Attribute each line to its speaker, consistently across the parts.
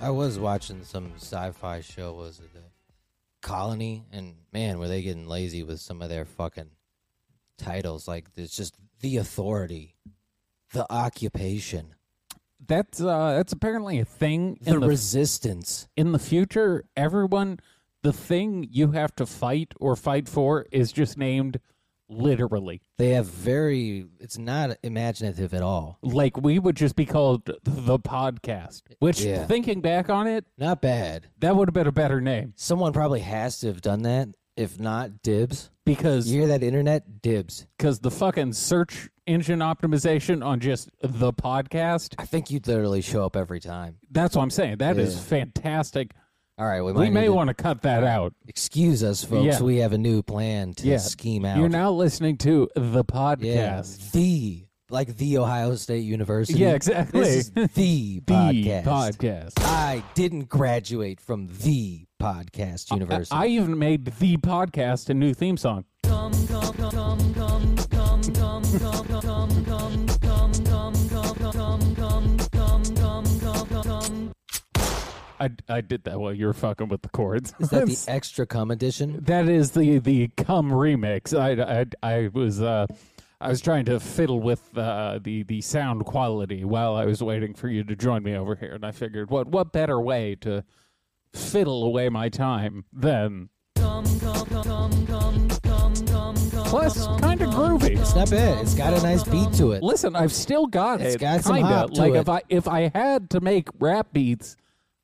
Speaker 1: I was watching some sci-fi show. Was it the Colony? And man, were they getting lazy with some of their fucking titles? Like it's just the authority, the occupation,
Speaker 2: That's uh, that's apparently a thing
Speaker 1: the,
Speaker 2: in the,
Speaker 1: resistance.
Speaker 2: in the future. Everyone, the thing you have to fight or fight for is just named literally.
Speaker 1: They have very. It's not imaginative at all.
Speaker 2: Like we would just be called the podcast. Which,
Speaker 1: Yeah.
Speaker 2: thinking back on it,
Speaker 1: Not bad.
Speaker 2: that would have been a better name
Speaker 1: Someone probably has to have done that. If not, dibs.
Speaker 2: because
Speaker 1: You hear that internet? Dibs.
Speaker 2: because the fucking search engine optimization on just the podcast.
Speaker 1: I think you'd literally show up every time.
Speaker 2: That's what I'm saying. That is
Speaker 1: Yeah.
Speaker 2: fantastic.
Speaker 1: All right, we might
Speaker 2: We
Speaker 1: need
Speaker 2: may
Speaker 1: to
Speaker 2: want to cut that out.
Speaker 1: excuse us, folks.
Speaker 2: Yeah.
Speaker 1: We have a new plan to
Speaker 2: Yeah.
Speaker 1: scheme out.
Speaker 2: You're now listening to the
Speaker 1: Yeah,
Speaker 2: podcast.
Speaker 1: the like the Ohio State University.
Speaker 2: Yeah, exactly.
Speaker 1: This is the,
Speaker 2: The
Speaker 1: podcast.
Speaker 2: podcast.
Speaker 1: I didn't graduate from the podcast
Speaker 2: I,
Speaker 1: university.
Speaker 2: I even made the podcast a new theme song. I, I did that while you were fucking with the chords.
Speaker 1: is that the extra cum edition?
Speaker 2: That is the the cum remix. I I, I was uh, I was trying to fiddle with uh, the the sound quality while I was waiting for you to join me over here, and I figured what what better way to fiddle away my time than plus kind of
Speaker 1: It's
Speaker 2: groovy.
Speaker 1: not bad. It's got a nice beat to it.
Speaker 2: Listen, I've still got
Speaker 1: It's
Speaker 2: it.
Speaker 1: got some
Speaker 2: kinda.
Speaker 1: hop to
Speaker 2: like
Speaker 1: it.
Speaker 2: if I if I had to make rap beats,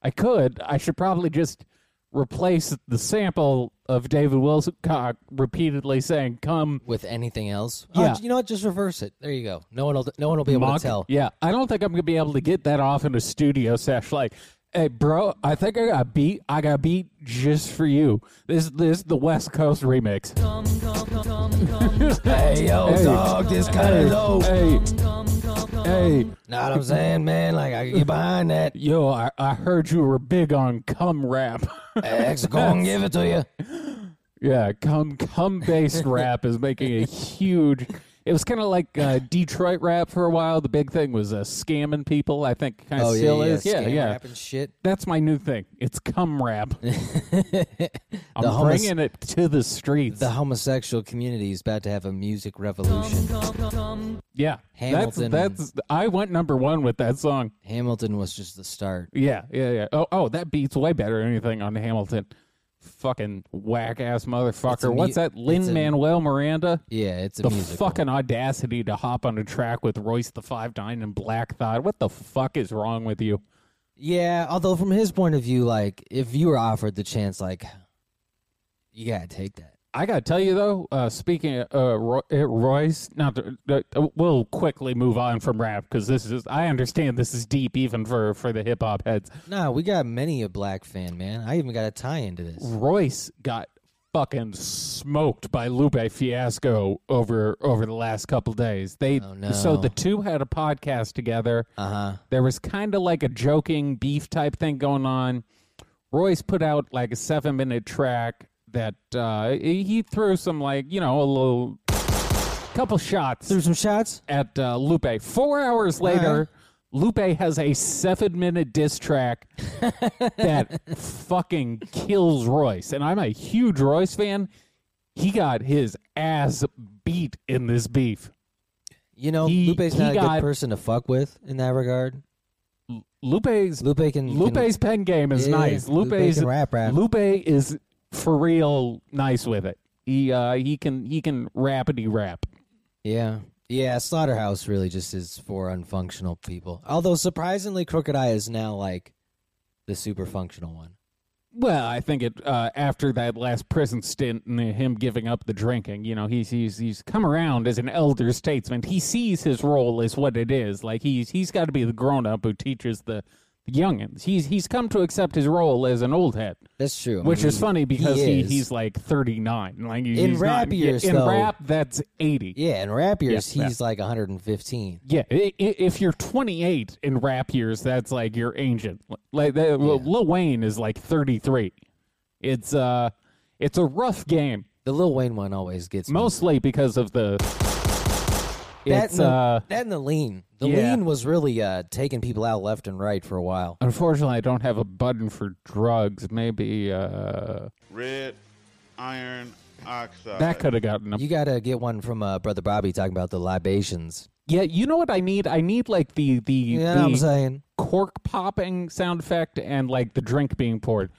Speaker 2: I could. I should probably just replace the sample of David Wilcock repeatedly saying "come."
Speaker 1: With anything else?
Speaker 2: Yeah.
Speaker 1: Oh, you know what? Just reverse it. There you go. No one will. No one will be able
Speaker 2: Mock-
Speaker 1: to tell.
Speaker 2: Yeah, I don't think I'm gonna be able to get that off in a studio sesh. Like, hey, bro, I think I got a beat. I got a beat just for you. This this is the West Coast remix.
Speaker 1: Hey yo,
Speaker 2: Hey.
Speaker 1: dog, this kind
Speaker 2: Hey,
Speaker 1: of low.
Speaker 2: hey, hey,
Speaker 1: Know what I'm saying, man? Like I can get behind that.
Speaker 2: yo, I, I heard you were big on cum rap.
Speaker 1: X gonna give it to you.
Speaker 2: yeah, cum cum based rap is making a huge. It was kind of like uh, Detroit rap for a while. The big thing was uh, scamming people. I think kind of
Speaker 1: Oh
Speaker 2: still
Speaker 1: yeah, yeah.
Speaker 2: is. Yeah,
Speaker 1: Scam
Speaker 2: yeah.
Speaker 1: rap and shit.
Speaker 2: That's my new thing. It's cum rap. I'm
Speaker 1: The homeless-
Speaker 2: bringing it to the streets.
Speaker 1: The homosexual community is about to have a music revolution.
Speaker 2: yeah,
Speaker 1: Hamilton.
Speaker 2: That's, that's I went number one with that song.
Speaker 1: Hamilton was just the start.
Speaker 2: Yeah, yeah, yeah. Oh, oh, that beats way better than anything on Hamilton. Fucking whack ass
Speaker 1: It's a
Speaker 2: motherfucker.
Speaker 1: mu-
Speaker 2: What's that?
Speaker 1: it's a-
Speaker 2: Lin Manuel Miranda.
Speaker 1: Yeah, it's a
Speaker 2: The
Speaker 1: musical.
Speaker 2: fucking audacity to hop on a track with Royce the Five Nine and Black Thought. What the fuck is wrong with you?
Speaker 1: Yeah, although from his point of view, like if you were offered the chance, like you gotta take that.
Speaker 2: I gotta tell you though, uh, speaking of uh, Roy, uh, Royce, not to, uh, we'll quickly move on from rap because this is I understand this is deep even for for the hip hop heads.
Speaker 1: Nah, we got many a black fan, man. I even got a tie into this.
Speaker 2: Royce got fucking smoked by Lupe Fiasco over over the last couple days. They
Speaker 1: Oh, no.
Speaker 2: so the two had a podcast together.
Speaker 1: Uh huh.
Speaker 2: There was kind of like a joking beef type thing going on. Royce put out like a seven minute track that uh, he he threw some like you know a little couple shots
Speaker 1: Threw some shots.
Speaker 2: at uh, Lupe. Four hours later, Lupe has a seven minute diss track that fucking kills Royce. And I'm a huge Royce fan. He got his ass beat in this beef.
Speaker 1: You know,
Speaker 2: He-
Speaker 1: Lupe's
Speaker 2: he
Speaker 1: not a
Speaker 2: got-
Speaker 1: good person to fuck with in that regard.
Speaker 2: Lupe's
Speaker 1: Lupe can. can-
Speaker 2: Lupe's pen game is
Speaker 1: Yeah,
Speaker 2: nice.
Speaker 1: Lupe
Speaker 2: Lupe's
Speaker 1: can rap, rap.
Speaker 2: Lupe is for real nice with it. He uh he can he can rapidy rap.
Speaker 1: yeah, Yeah, Slaughterhouse really just is for unfunctional people. Although surprisingly, Crooked Eye is now like the super functional one.
Speaker 2: Well, I think it uh, after that last prison stint and him giving up the drinking, you know, he's he's he's come around as an elder statesman. He sees his role as what it is. Like he's he's got to be the grown up who teaches the, the youngins. He's he's come to accept his role as an old head,
Speaker 1: That's true. I
Speaker 2: which
Speaker 1: mean,
Speaker 2: is funny because he,
Speaker 1: is.
Speaker 2: he's like thirty nine. Like he-
Speaker 1: In
Speaker 2: he's
Speaker 1: rap
Speaker 2: not,
Speaker 1: years,
Speaker 2: in
Speaker 1: though-
Speaker 2: rap that's eighty.
Speaker 1: yeah, in rap years
Speaker 2: Yeah,
Speaker 1: he's like 115.
Speaker 2: Yeah, i- i- if you're 28 in rap years, that's like you're ancient. Like that, Lil- Lil Wayne is like 33. It's uh, it's a rough game,
Speaker 1: The Lil Wayne one always gets me.
Speaker 2: mostly because of the.
Speaker 1: that,
Speaker 2: It's
Speaker 1: and the,
Speaker 2: uh,
Speaker 1: that and the lean. The
Speaker 2: yeah.
Speaker 1: lean was really uh, taking people out left and right for a while.
Speaker 2: unfortunately, I don't have a button for drugs. Maybe uh,
Speaker 3: Red iron oxide.
Speaker 2: that could have gotten a
Speaker 1: You gotta get one from uh, brother Bobby talking about the libations.
Speaker 2: Yeah, you know what I need? I need like the the,
Speaker 1: You know what I'm
Speaker 2: the
Speaker 1: saying?
Speaker 2: cork popping sound effect and like the drink being poured.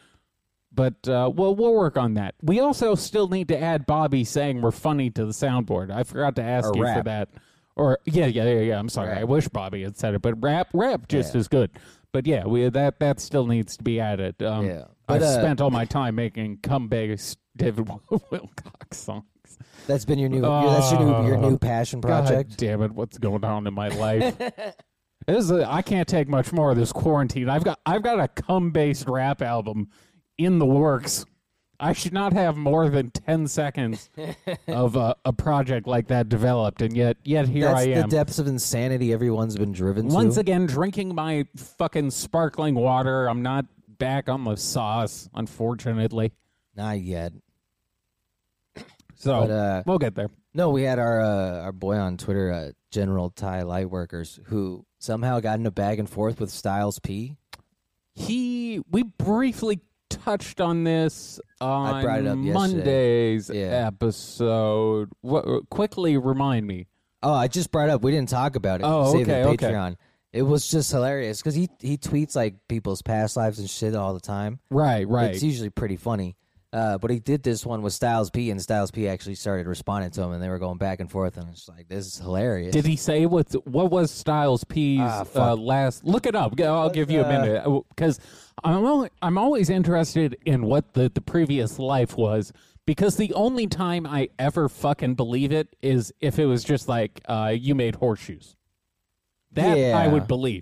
Speaker 2: But uh, well, we'll work on that. We also still need to add Bobby saying we're funny to the soundboard. I forgot to ask
Speaker 1: Or
Speaker 2: you for
Speaker 1: rap.
Speaker 2: that. Or yeah, yeah, yeah, yeah. I'm sorry. I
Speaker 1: Rap.
Speaker 2: wish Bobby had said it, but rap, rap just as good. But yeah, we that that still needs to be added. Um,
Speaker 1: Yeah.
Speaker 2: I've
Speaker 1: But, uh,
Speaker 2: spent all my time making come based David Wilcox songs.
Speaker 1: That's been your new. your- that's your new your
Speaker 2: Uh,
Speaker 1: new passion
Speaker 2: God
Speaker 1: project.
Speaker 2: damn it! What's going on in my life? this is a, I can't take much more of this quarantine. I've got I've got a cum based rap album in the works. I should not have more than ten seconds of a, a project like that developed, and yet yet here
Speaker 1: That's
Speaker 2: I
Speaker 1: the
Speaker 2: am
Speaker 1: depths of insanity everyone's been driven
Speaker 2: once
Speaker 1: to.
Speaker 2: again drinking my fucking sparkling water. I'm not back on the sauce, unfortunately.
Speaker 1: Not yet.
Speaker 2: So Oh.
Speaker 1: But, uh,
Speaker 2: we'll get there.
Speaker 1: No, we had our uh, our boy on Twitter, uh, General Ty Lightworkers, who somehow got in a back and forth with Styles P.
Speaker 2: he we briefly touched on this on
Speaker 1: I brought it up yesterday.
Speaker 2: Monday's
Speaker 1: Yeah.
Speaker 2: episode. What, quickly remind me.
Speaker 1: Oh, I just brought up. We didn't talk about it.
Speaker 2: Oh,
Speaker 1: Save
Speaker 2: okay,
Speaker 1: the
Speaker 2: okay.
Speaker 1: Patreon. It was just hilarious because he he tweets like people's past lives and shit all the time.
Speaker 2: Right, right.
Speaker 1: It's usually pretty funny. Uh, but he did this one with Styles P, and Styles P actually started responding to him, and they were going back and forth, and it's like this is hilarious.
Speaker 2: Did he say what what was Styles P's
Speaker 1: Ah,
Speaker 2: uh,
Speaker 1: fuck.
Speaker 2: last? Look it up. Go- I'll give you a
Speaker 1: uh,
Speaker 2: minute because I'm only, I'm always interested in what the the previous life was because the only time I ever fucking believe it is if it was just like uh, you made horseshoes. That I
Speaker 1: Yeah.
Speaker 2: would believe.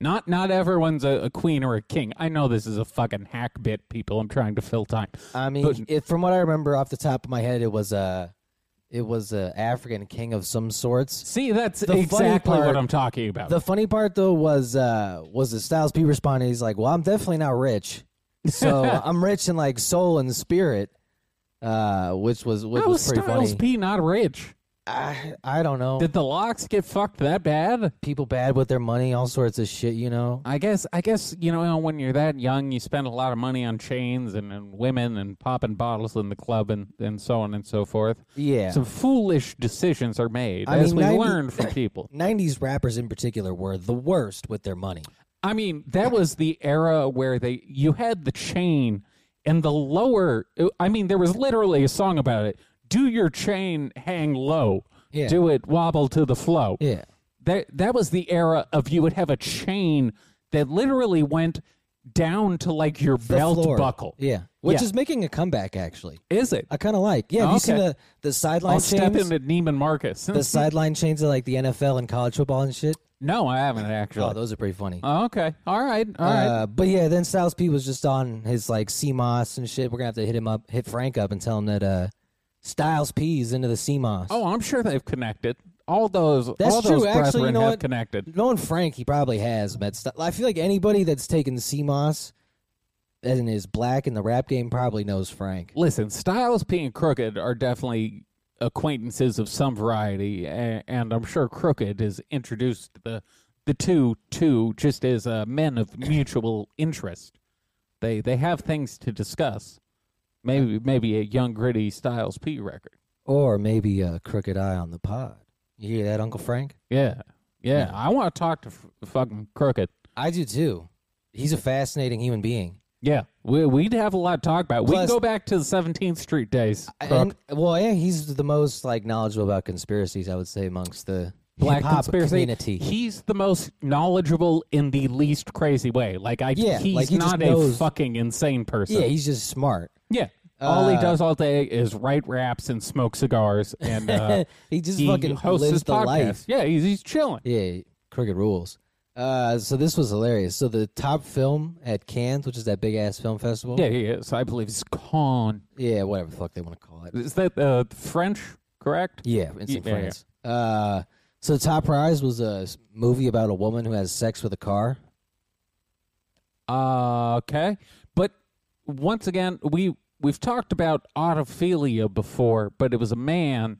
Speaker 2: Not not everyone's a, a queen or a king. I know this is a fucking hack bit, people. I'm trying to fill time.
Speaker 1: I mean,
Speaker 2: But-
Speaker 1: it, from what I remember off the top of my head, it was a it was a African king of some sorts.
Speaker 2: See, that's
Speaker 1: funny
Speaker 2: exactly what
Speaker 1: part-
Speaker 2: I'm talking about.
Speaker 1: The funny part though was uh was that Styles P responded. He's like, "Well, I'm definitely not rich, so I'm rich in like soul and spirit," uh, which was which
Speaker 2: How
Speaker 1: was
Speaker 2: is
Speaker 1: pretty
Speaker 2: Styles
Speaker 1: funny.
Speaker 2: P not rich?
Speaker 1: I, I don't know.
Speaker 2: Did the locks get fucked that bad?
Speaker 1: People bad with their money, all sorts of shit. You know,
Speaker 2: I guess I guess you know when you're that young, you spend a lot of money on chains and, and women and popping bottles in the club and, and so on and so forth.
Speaker 1: yeah.
Speaker 2: Some foolish decisions are made
Speaker 1: I
Speaker 2: as
Speaker 1: mean,
Speaker 2: we
Speaker 1: 90
Speaker 2: learn from people.
Speaker 1: 90s rappers in particular were the worst with their money.
Speaker 2: I mean, that was the era where they you had the chain and the lower. I mean, there was literally a song about it. Do your chain hang low?
Speaker 1: Yeah.
Speaker 2: Do it wobble to the flow.
Speaker 1: Yeah.
Speaker 2: that that was the era of you would have a chain that literally went down to like your
Speaker 1: The
Speaker 2: belt
Speaker 1: floor.
Speaker 2: buckle.
Speaker 1: Yeah. Which
Speaker 2: Yeah.
Speaker 1: is making a comeback actually.
Speaker 2: Is it?
Speaker 1: I kind of like. Yeah, have you seen
Speaker 2: Okay.
Speaker 1: the the sideline
Speaker 2: I'll
Speaker 1: chains?
Speaker 2: step into Neiman Marcus.
Speaker 1: the sideline chains of like the NFL and college football and shit.
Speaker 2: no, I haven't actually.
Speaker 1: Oh, those are pretty funny.
Speaker 2: Oh, okay. All right. All right.
Speaker 1: Uh, but yeah, then Styles P was just on his like CMOS and shit. We're gonna have to hit him up, hit Frank up, and tell him that uh, Styles P's into the CMOS.
Speaker 2: oh, I'm sure they've connected. All those
Speaker 1: That's
Speaker 2: all
Speaker 1: true.
Speaker 2: those
Speaker 1: Actually, you
Speaker 2: brethren
Speaker 1: know
Speaker 2: have
Speaker 1: what?
Speaker 2: connected.
Speaker 1: knowing Frank, he probably has met. St- I feel like anybody that's taken CMOS and is black in the rap game probably knows Frank.
Speaker 2: Listen, Styles P and Crooked are definitely acquaintances of some variety, and, and I'm sure Crooked has introduced the the two two just as uh, men of mutual interest. They they have things to discuss. Maybe maybe a young gritty Styles P record.
Speaker 1: Or maybe uh, Crooked Eye on the pod. You hear that, Uncle Frank?
Speaker 2: Yeah, yeah. I want to talk to f- fucking Crooked.
Speaker 1: I do too. He's a fascinating human being.
Speaker 2: Yeah, we, we'd have a lot to talk about. we can
Speaker 1: Plus-
Speaker 2: go back to the 17th Street days.
Speaker 1: And, well, yeah, he's the most like knowledgeable about conspiracies, I would say, amongst the
Speaker 2: black
Speaker 1: hip-hop
Speaker 2: conspiracy.
Speaker 1: community.
Speaker 2: He's the most knowledgeable in the least crazy way. Like I,
Speaker 1: Yeah,
Speaker 2: he's
Speaker 1: like, he just
Speaker 2: not a
Speaker 1: knows-
Speaker 2: fucking insane person.
Speaker 1: yeah, he's just smart.
Speaker 2: Yeah. All he
Speaker 1: Uh,
Speaker 2: does all day is write raps and smoke cigars, and uh,
Speaker 1: He just
Speaker 2: he
Speaker 1: fucking
Speaker 2: hosts
Speaker 1: lives
Speaker 2: his
Speaker 1: the
Speaker 2: podcast.
Speaker 1: life.
Speaker 2: Yeah, he's, he's chilling.
Speaker 1: Yeah, crooked rules. Uh, so this was hilarious. So the top film at Cannes, which is that big ass film festival.
Speaker 2: Yeah, he is. I believe it's con.
Speaker 1: yeah, whatever the fuck they want to call it.
Speaker 2: Is that uh, French? Correct.
Speaker 1: Yeah, it's in
Speaker 2: Yeah, yeah.
Speaker 1: France. Uh, so the top prize was a s- movie about a woman who has sex with a car.
Speaker 2: Uh, okay. But once again, we we've talked about autophilia before, but it was a man,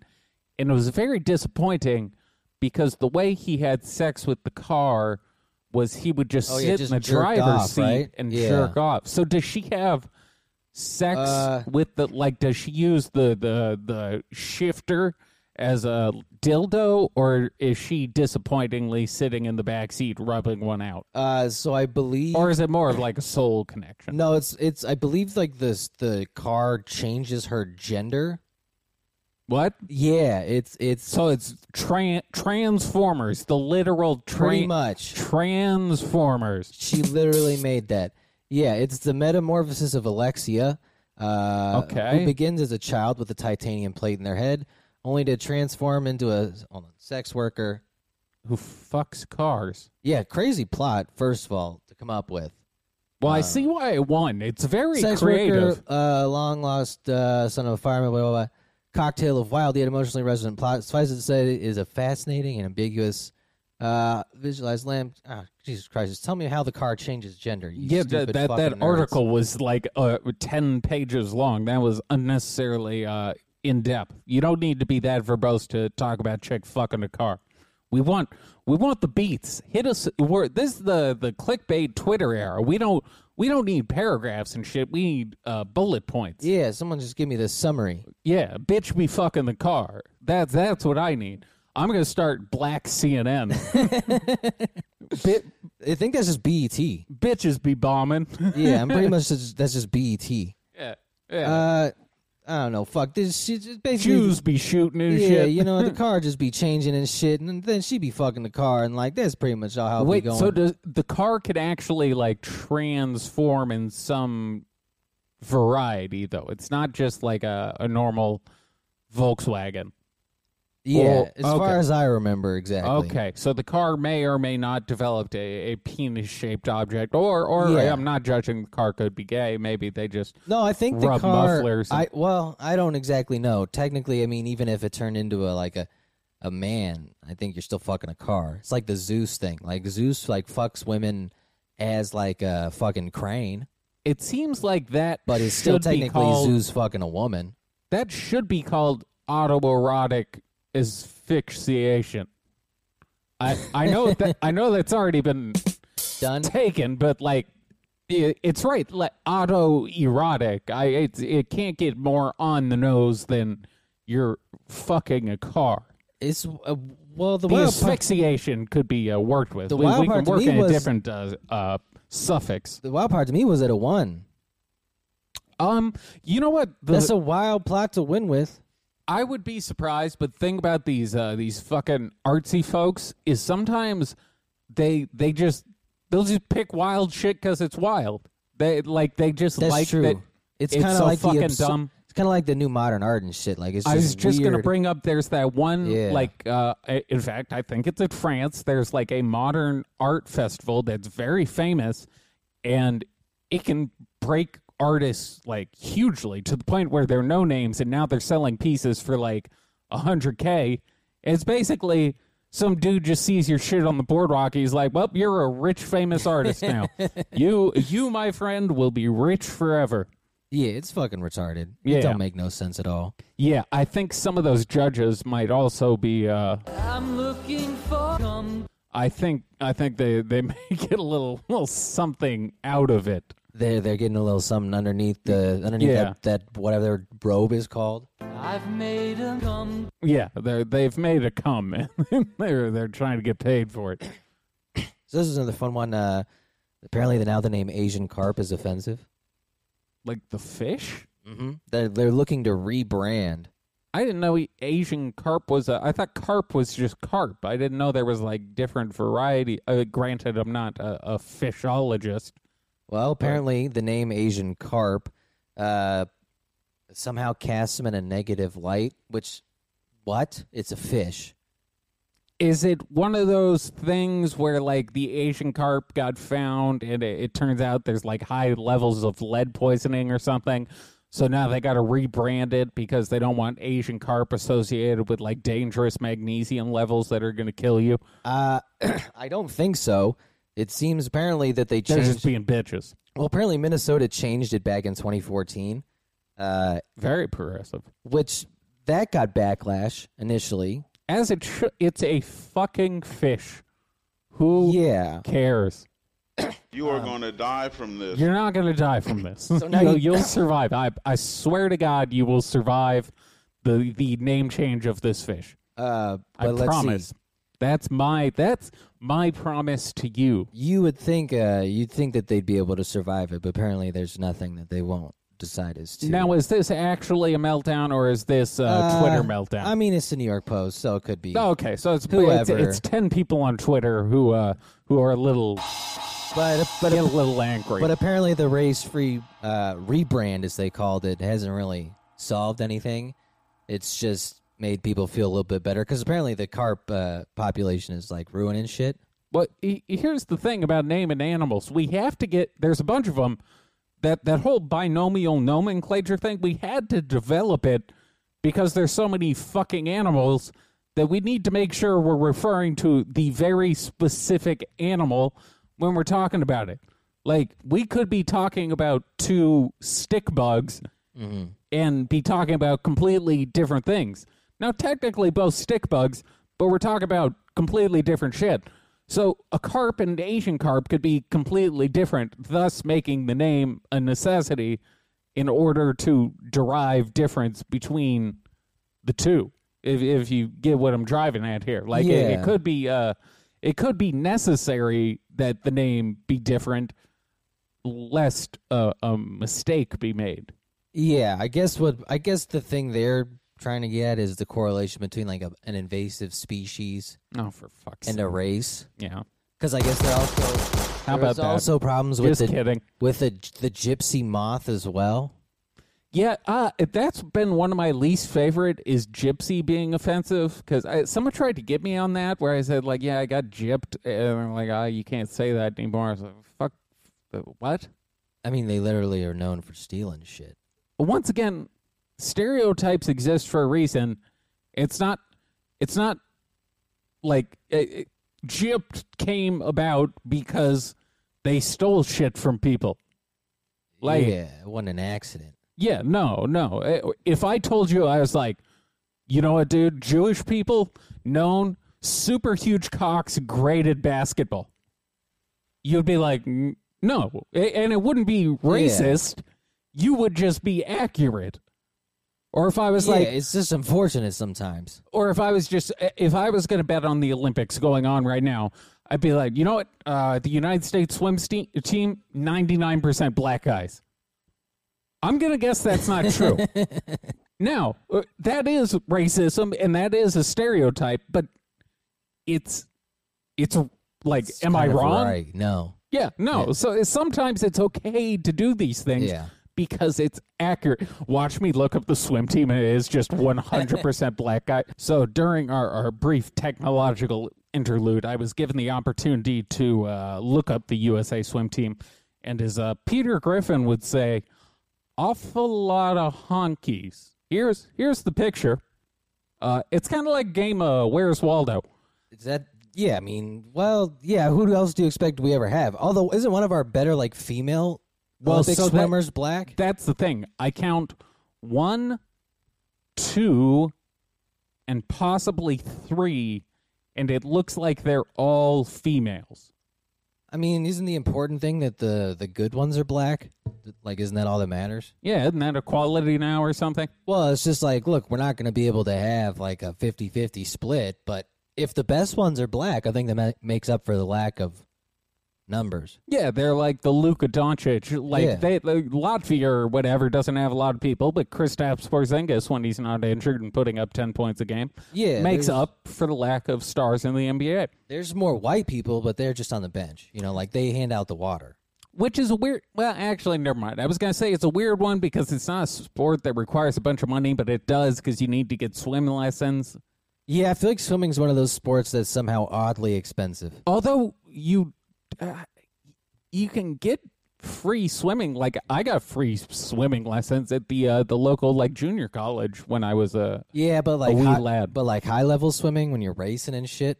Speaker 2: and it was very disappointing because the way he had sex with the car was he would just
Speaker 1: Oh,
Speaker 2: sit
Speaker 1: yeah, just
Speaker 2: in the
Speaker 1: jerked
Speaker 2: driver's
Speaker 1: off,
Speaker 2: seat
Speaker 1: right?
Speaker 2: and
Speaker 1: Yeah.
Speaker 2: jerk off. So does she have sex
Speaker 1: Uh,
Speaker 2: with the like? Does she use the the the shifter? As a dildo, or is she disappointingly sitting in the back seat rubbing one out?
Speaker 1: Uh, so I believe,
Speaker 2: or is it more of like a soul connection?
Speaker 1: no, it's it's I believe like this the car changes her gender.
Speaker 2: What?
Speaker 1: Yeah, it's it's
Speaker 2: So it's tran Transformers, the literal
Speaker 1: pretty
Speaker 2: tra-
Speaker 1: much.
Speaker 2: Transformers.
Speaker 1: She literally made that. Yeah, it's the metamorphosis of Alexia, uh,
Speaker 2: Okay.
Speaker 1: who begins as a child with a titanium plate in their head, only to transform into a hold on, sex worker.
Speaker 2: Who fucks cars?
Speaker 1: Yeah, crazy plot. First of all, to come up with
Speaker 2: Well, I see why it won. It's very
Speaker 1: Uh. sex
Speaker 2: creative.
Speaker 1: worker, uh, long lost uh, son of a fireman. Blah, blah, blah. Cocktail of wild yet emotionally resonant plot. Suffice it to say, it is a fascinating and ambiguous. Uh, visualized lamb. Ah, Jesus Christ! Just tell me how the car changes gender. You
Speaker 2: Yeah, that
Speaker 1: stupid
Speaker 2: that,
Speaker 1: fucking
Speaker 2: that
Speaker 1: nerds.
Speaker 2: article was like uh, ten pages long. That was unnecessarily uh, in depth. You don't need to be that verbose to talk about chick fucking a car. We want we want the beats. Hit us. We're, this is the the clickbait Twitter era. We don't we don't need paragraphs and shit. We need uh, bullet points. Yeah.
Speaker 1: Yeah, someone just give me the summary.
Speaker 2: bitch, be fucking the car. That's that's what I need. I'm gonna start black CNN. Bit,
Speaker 1: I think that's just BET.
Speaker 2: bitches be bombing.
Speaker 1: Yeah, I'm pretty much just, that's just BET.
Speaker 2: yeah. Yeah.
Speaker 1: Uh, I don't know. Fuck this. She's just basically.
Speaker 2: Jews be shooting and
Speaker 1: Yeah,
Speaker 2: shit.
Speaker 1: you know the car just be changing and shit, and then she be fucking the car, and like that's pretty much all how
Speaker 2: Wait,
Speaker 1: we going.
Speaker 2: so does the car could actually like transform in some variety though? It's not just like a, a normal Volkswagen.
Speaker 1: yeah,
Speaker 2: well,
Speaker 1: as far
Speaker 2: okay.
Speaker 1: as I remember, exactly.
Speaker 2: Okay, so the car may or may not develop a, a penis-shaped object, or or
Speaker 1: Yeah.
Speaker 2: I'm not judging the car could be gay. Maybe they just
Speaker 1: No, I think the
Speaker 2: Rub
Speaker 1: car.
Speaker 2: mufflers and-
Speaker 1: I well, I don't exactly know. Technically, I mean, even if it turned into a like a a man, I think you're still fucking a car. It's like the Zeus thing. Like Zeus, like fucks women as like a fucking crane.
Speaker 2: it seems like that,
Speaker 1: but it's still
Speaker 2: should be
Speaker 1: technically
Speaker 2: called,
Speaker 1: Zeus fucking a woman.
Speaker 2: that should be called autoerotic asphyxiation. I I know that I know that's already been
Speaker 1: Done.
Speaker 2: taken, but like i it's right, like autoerotic. I it it can't get more on the nose than you're fucking a car.
Speaker 1: It's uh, well the
Speaker 2: The
Speaker 1: wild part,
Speaker 2: asphyxiation could be uh, worked with.
Speaker 1: The
Speaker 2: we,
Speaker 1: wild
Speaker 2: we can
Speaker 1: part to
Speaker 2: work
Speaker 1: me
Speaker 2: in
Speaker 1: was-
Speaker 2: a different uh, uh, suffix.
Speaker 1: the wild part to me was that it won.
Speaker 2: Um, you know what? The,
Speaker 1: That's a wild plot to win with.
Speaker 2: I would be surprised, but thing about these uh, these fucking artsy folks is sometimes they they just they'll just pick wild shit because it's wild. They like they just
Speaker 1: That's
Speaker 2: like
Speaker 1: true.
Speaker 2: that.
Speaker 1: it's
Speaker 2: it's
Speaker 1: kind of
Speaker 2: so
Speaker 1: like
Speaker 2: fucking
Speaker 1: the absur-
Speaker 2: dumb.
Speaker 1: It's kind of like the new modern art and shit. Like it's just
Speaker 2: I was just
Speaker 1: weird.
Speaker 2: gonna bring up. There's that one
Speaker 1: Yeah.
Speaker 2: like. Uh, I- in fact, I think it's in France. There's like a modern art festival that's very famous, and it can break artists like hugely to the point where they're no names, and now they're selling pieces for like hundred k. It's basically some dude just sees your shit on the boardwalk. He's like, "Well, you're a rich, famous artist now. you, you, my friend, will be rich forever."
Speaker 1: Yeah, it's fucking retarded.
Speaker 2: Yeah.
Speaker 1: It don't make no sense at all.
Speaker 2: Yeah, I think some of those judges might also be. Uh, I'm looking for. I think I think they they may get a little little something out of it.
Speaker 1: They're they're getting a little something underneath the underneath
Speaker 2: Yeah.
Speaker 1: that, that whatever their robe is called.
Speaker 2: Yeah, they they've made a comment. they're they're trying to get paid for it.
Speaker 1: So this is another fun one. Uh, Apparently, the, now the name Asian carp is offensive.
Speaker 2: Like the fish?
Speaker 1: Mm-hmm. They're, they're looking to rebrand.
Speaker 2: I didn't know he- Asian carp was a. I thought carp was just carp. I didn't know there was like different variety. Uh, granted, I'm not a, a fishologist.
Speaker 1: Well, apparently, the name Asian carp uh, somehow casts him in a negative light. Which, what? It's a fish.
Speaker 2: Is it one of those things where like the Asian carp got found and it, it turns out there's like high levels of lead poisoning or something? So now they got to rebrand it because they don't want Asian carp associated with like dangerous magnesium levels that are going to kill you.
Speaker 1: Uh, I don't think so. It seems apparently that they
Speaker 2: They're
Speaker 1: changed.
Speaker 2: just being bitches.
Speaker 1: well, apparently Minnesota changed it back in 2014, uh,
Speaker 2: Very progressive.
Speaker 1: which that got backlash initially.
Speaker 2: As it should, it's a fucking fish. Who
Speaker 1: Yeah.
Speaker 2: cares?
Speaker 3: You are going to die from this.
Speaker 2: You're not going to die from this.
Speaker 1: now
Speaker 2: you'll,
Speaker 1: you-
Speaker 2: you'll survive. I, I swear to God, you will survive the the name change of this fish.
Speaker 1: Uh,
Speaker 2: I
Speaker 1: but let's see.
Speaker 2: promise. That's my that's my promise to you.
Speaker 1: You would think uh, you'd think that they'd be able to survive it, but apparently there's nothing that they won't decide as to.
Speaker 2: Now, is this actually a meltdown or is this uh,
Speaker 1: Uh,
Speaker 2: Twitter meltdown?
Speaker 1: I mean, it's the New York Post, so it could be.
Speaker 2: okay, so it's, it's
Speaker 1: Whoever.
Speaker 2: it's ten people on Twitter who uh who are a little
Speaker 1: but
Speaker 2: get a
Speaker 1: but
Speaker 2: little angry.
Speaker 1: but apparently the race-free uh, rebrand, as they called it, hasn't really solved anything. It's just made people feel a little bit better because apparently the carp uh, population is like ruining shit.
Speaker 2: Well, he- here's the thing about naming animals. We have to get there's a bunch of them. That that whole binomial nomenclature thing, we had to develop it because there's so many fucking animals that we need to make sure we're referring to the very specific animal when we're talking about it. Like we could be talking about two stick bugs and be talking about completely different things. Now, technically, both stick bugs, but we're talking about completely different shit. So, a carp and Asian carp could be completely different, thus making the name a necessity in order to derive difference between the two. If, if you get what I'm driving at here, like it,
Speaker 1: Yeah.
Speaker 2: it could be, uh, it could be necessary that the name be different, lest uh, a mistake be made.
Speaker 1: Yeah, I guess what I guess the thing they're trying to get is the correlation between like a, an invasive species
Speaker 2: Oh, for fuck's
Speaker 1: and
Speaker 2: sake.
Speaker 1: a race.
Speaker 2: Yeah.
Speaker 1: Because I guess they're also
Speaker 2: How
Speaker 1: there's
Speaker 2: about that?
Speaker 1: also problems with
Speaker 2: Just
Speaker 1: the
Speaker 2: kidding.
Speaker 1: with the the gypsy moth as well.
Speaker 2: Yeah, uh, that's been one of my least favorite is gypsy being offensive because someone tried to get me on that where I said like, yeah, I got gypped, and I'm like, ah, you can't say that anymore. I was like, fuck, uh, what?
Speaker 1: I mean, they literally are known for stealing shit.
Speaker 2: once again, stereotypes exist for a reason. It's not. It's not like it, it, gypped came about because they stole shit from people. Like, yeah,
Speaker 1: yeah, it wasn't an accident.
Speaker 2: no, no. Eh, If I told you, I was like, you know what, dude? Jewish people known super huge cocks, great at basketball. You'd be like, "N- no, A- and it wouldn't be racist. You would just be accurate. Or if I was
Speaker 1: yeah,
Speaker 2: like,
Speaker 1: it's just unfortunate sometimes.
Speaker 2: or if I was just if I was going to bet on the Olympics going on right now, I'd be like, you know what? Uh, the United States swim ste- team, ninety nine percent black guys. I'm going to guess that's not true. now uh, that is racism and that is a stereotype, but it's it's like, am I
Speaker 1: Kind of
Speaker 2: wrong?
Speaker 1: Right? No.
Speaker 2: Yeah, no. So it's, sometimes it's okay to do these things
Speaker 1: Yeah.
Speaker 2: because it's accurate. Watch me look up the swim team, and it is just 100% black guy. So during our, our brief technological interlude, I was given the opportunity to uh, look up the USA swim team. And as uh, Peter Griffin would say, awful lot of honkies. Here's, here's the picture. Uh, it's kind of like game uh, Where's Waldo?
Speaker 1: Is that yeah? I mean, well, yeah. Who else do you expect we ever have? Although, isn't one of our better like female
Speaker 2: Well,
Speaker 1: Olympic
Speaker 2: so that-
Speaker 1: swimmers black?
Speaker 2: That's the thing. I count one, two, and possibly three, and it looks like they're all females.
Speaker 1: I mean, isn't the important thing that the the good ones are black? Like, isn't that all that matters?
Speaker 2: Yeah, isn't that equality now or something?
Speaker 1: Well, it's just like, look, we're not going to be able to have like a 50-50 split, but if the best ones are black, I think that ma- makes up for the lack of numbers.
Speaker 2: Yeah, they're like the Luka Doncic. Like
Speaker 1: Yeah.
Speaker 2: they, they- Latvia or whatever doesn't have a lot of people, but Kristaps Porzingis, when he's not injured and putting up ten points a game,
Speaker 1: Yeah,
Speaker 2: makes
Speaker 1: there's-
Speaker 2: up for the lack of stars in the NBA.
Speaker 1: There's more white people, but they're just on the bench. You know, like they hand out the water.
Speaker 2: Which is a weird. Well, actually, never mind. I was gonna say it's a weird one because it's not a sport that requires a bunch of money, but it does because you need to get swim lessons.
Speaker 1: Yeah, I feel like swimming's one of those sports that's somehow oddly expensive.
Speaker 2: Although you, uh, you can get free swimming. Like I got free swimming lessons at the uh, the local like junior college when I was a
Speaker 1: Yeah, but like
Speaker 2: wee
Speaker 1: high,
Speaker 2: lad.
Speaker 1: but like high level swimming when you're racing and shit.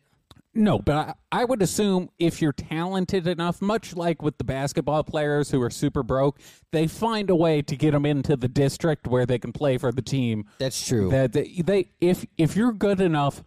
Speaker 2: No, but I, I would assume if you're talented enough, much like with the basketball players who are super broke, they find a way to get them into the district where they can play for the team.
Speaker 1: That's true.
Speaker 2: That they, they if if you're good enough,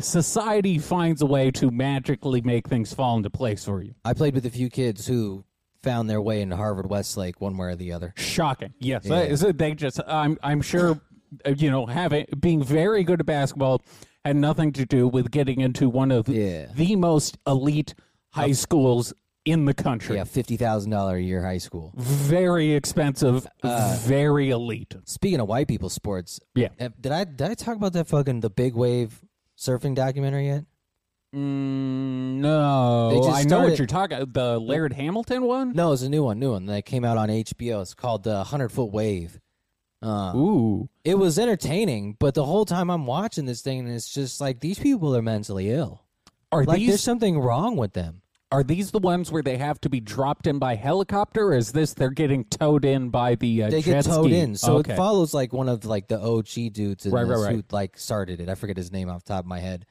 Speaker 2: society finds a way to magically make things fall into place for you.
Speaker 1: I played with a few kids who found their way into Harvard Westlake one way or the other.
Speaker 2: Shocking. Yes, I- so they just. I'm I'm sure, uh, you know, having being very good at basketball had nothing to do with getting into one of
Speaker 1: Yeah.
Speaker 2: the most elite high schools in the country.
Speaker 1: Yeah, fifty thousand dollar a year high school.
Speaker 2: Very expensive,
Speaker 1: Uh,
Speaker 2: very elite.
Speaker 1: Speaking of white people sports,
Speaker 2: Yeah.
Speaker 1: eh, did I did I talk about that fucking the big wave surfing documentary yet?
Speaker 2: Mm, no,
Speaker 1: They just
Speaker 2: I know
Speaker 1: started-
Speaker 2: what you're talking. The Laird Hamilton one.
Speaker 1: No, it's a new one, new one that came out on HBO. It's called the Hundred Foot Wave. Uh,
Speaker 2: Ooh,
Speaker 1: it was entertaining, but the whole time I'm watching this thing, and it's just like these people are mentally ill.
Speaker 2: are
Speaker 1: Like
Speaker 2: these
Speaker 1: there's something wrong with them.
Speaker 2: are these the ones where they have to be dropped in by helicopter? Or is this they're getting towed in by the uh,
Speaker 1: they get
Speaker 2: jet
Speaker 1: towed
Speaker 2: ski?
Speaker 1: in. So
Speaker 2: okay.
Speaker 1: it follows like one of like the OG dudes in
Speaker 2: Right,
Speaker 1: this
Speaker 2: right,
Speaker 1: who
Speaker 2: right.
Speaker 1: like started it. I forget his name off the top of my head.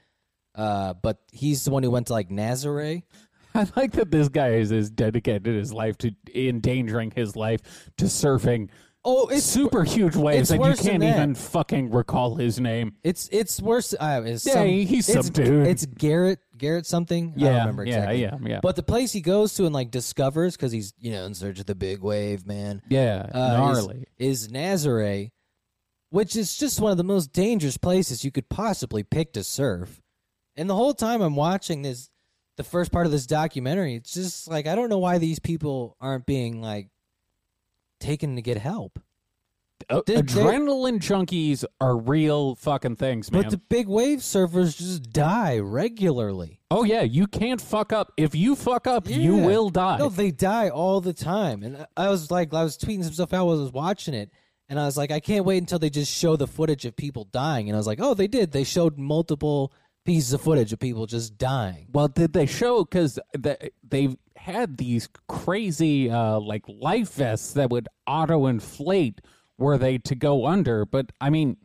Speaker 1: Uh, but he's the one who went to like Nazare.
Speaker 2: I like that this guy is as dedicated his life to endangering his life to surfing
Speaker 1: Oh, it's
Speaker 2: super huge waves
Speaker 1: it's
Speaker 2: that you
Speaker 1: worse than
Speaker 2: can't
Speaker 1: that.
Speaker 2: even fucking recall his name.
Speaker 1: it's it's worse. Uh, it's
Speaker 2: Yeah,
Speaker 1: some-
Speaker 2: he's some
Speaker 1: it's,
Speaker 2: dude.
Speaker 1: It's Garrett Garrett something. I
Speaker 2: Yeah,
Speaker 1: don't remember
Speaker 2: yeah,
Speaker 1: exactly.
Speaker 2: yeah, yeah.
Speaker 1: But the place he goes to and like discovers because he's you know in search of the big wave man. uh,
Speaker 2: Yeah,
Speaker 1: is-
Speaker 2: gnarly.
Speaker 1: Is, Nazare, which is just one of the most dangerous places you could possibly pick to surf. And the whole time I'm watching this, the first part of this documentary, it's just like I don't know why these people aren't being like taken to get help.
Speaker 2: Uh,
Speaker 1: Did they-
Speaker 2: adrenaline junkies are real fucking things, man.
Speaker 1: But the big wave surfers just die regularly.
Speaker 2: oh yeah, you can't fuck up. If you fuck up, you
Speaker 1: Yeah.
Speaker 2: will die.
Speaker 1: No, they die all the time. And I I was like, I was tweeting some stuff out while I was watching it. And I was like, I can't wait until they just show the footage of people dying. And I was like, oh, they did. They showed multiple pieces of footage of people just dying.
Speaker 2: well, did they show because they've had these crazy uh, like life vests that would auto inflate were they to go under? But I mean,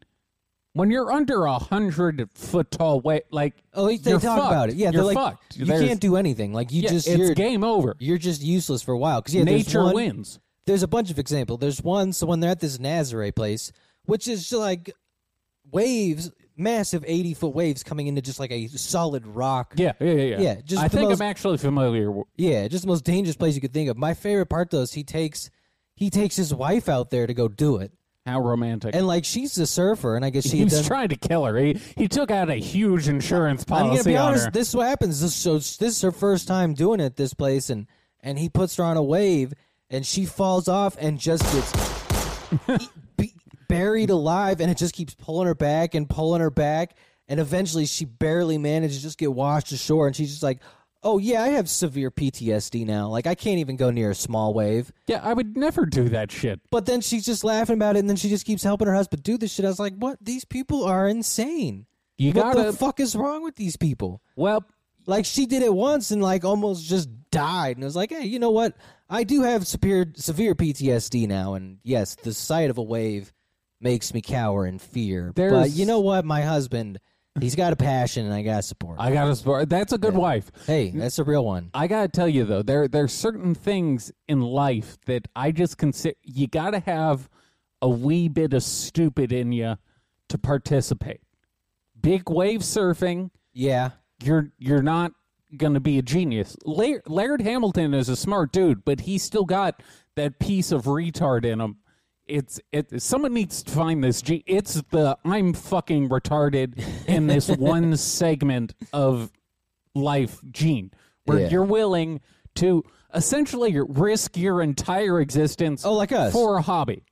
Speaker 2: when you're under a hundred foot tall wave, like
Speaker 1: Oh, they, they
Speaker 2: you're
Speaker 1: talk about
Speaker 2: fucked.
Speaker 1: it. Yeah,
Speaker 2: you're
Speaker 1: they're like,
Speaker 2: fucked.
Speaker 1: you
Speaker 2: There's-
Speaker 1: can't do anything. Like you
Speaker 2: yeah,
Speaker 1: just,
Speaker 2: it's
Speaker 1: you're,
Speaker 2: game over.
Speaker 1: you're just useless for a while. Because yeah, there's
Speaker 2: Nature
Speaker 1: one-
Speaker 2: wins.
Speaker 1: There's a bunch of examples. There's one. So when they're at this Nazare place, which is like waves, massive eighty foot waves coming into just like a solid rock.
Speaker 2: Yeah, yeah, yeah, yeah.
Speaker 1: Yeah, just
Speaker 2: I
Speaker 1: the
Speaker 2: think
Speaker 1: most-
Speaker 2: I'm actually familiar. w-
Speaker 1: Yeah, just the most dangerous place you could think of. My favorite part though is he takes he takes his wife out there to go do it.
Speaker 2: How romantic.
Speaker 1: And like she's a surfer and I guess she
Speaker 2: he
Speaker 1: had
Speaker 2: was
Speaker 1: done
Speaker 2: trying to kill her. He he took out a huge insurance
Speaker 1: I'm
Speaker 2: policy
Speaker 1: gonna be
Speaker 2: on
Speaker 1: honest,
Speaker 2: her.
Speaker 1: this is what happens. This so this is her first time doing it at this place and and he puts her on a wave and she falls off and just gets be- buried alive and it just keeps pulling her back and pulling her back and eventually she barely manages to just get washed ashore and she's just like Oh yeah, I have severe PTSD now. Like I can't even go near a small wave.
Speaker 2: yeah, I would never do that shit.
Speaker 1: But then she's just laughing about it, and then she just keeps helping her husband do this shit. I was like, "What? These people are insane.
Speaker 2: You
Speaker 1: what the
Speaker 2: gotta
Speaker 1: fuck is wrong with these people?"
Speaker 2: well.
Speaker 1: Like she did it once and like almost just died, and it was like, "Hey, you know what? I do have severe severe PTSD now, and yes, the sight of a wave makes me cower in fear. but
Speaker 2: There's-
Speaker 1: you know what? My husband, he's got a passion, and I got to support. him.
Speaker 2: I gotta. support- That's a good wife.
Speaker 1: hey, that's a real one.
Speaker 2: I gotta tell you though, there there's certain things in life that I just consider you gotta have a wee bit of stupid in you to participate. Big wave surfing,
Speaker 1: Yeah,
Speaker 2: you're you're not gonna be a genius. Laird, Laird Hamilton is a smart dude, but he's still got that piece of retard in him. It's it. Someone needs to find this. G. It's the I'm fucking retarded in this one segment of life gene where
Speaker 1: Yeah.
Speaker 2: you're willing to essentially risk your entire existence
Speaker 1: Oh, like us.
Speaker 2: for a hobby.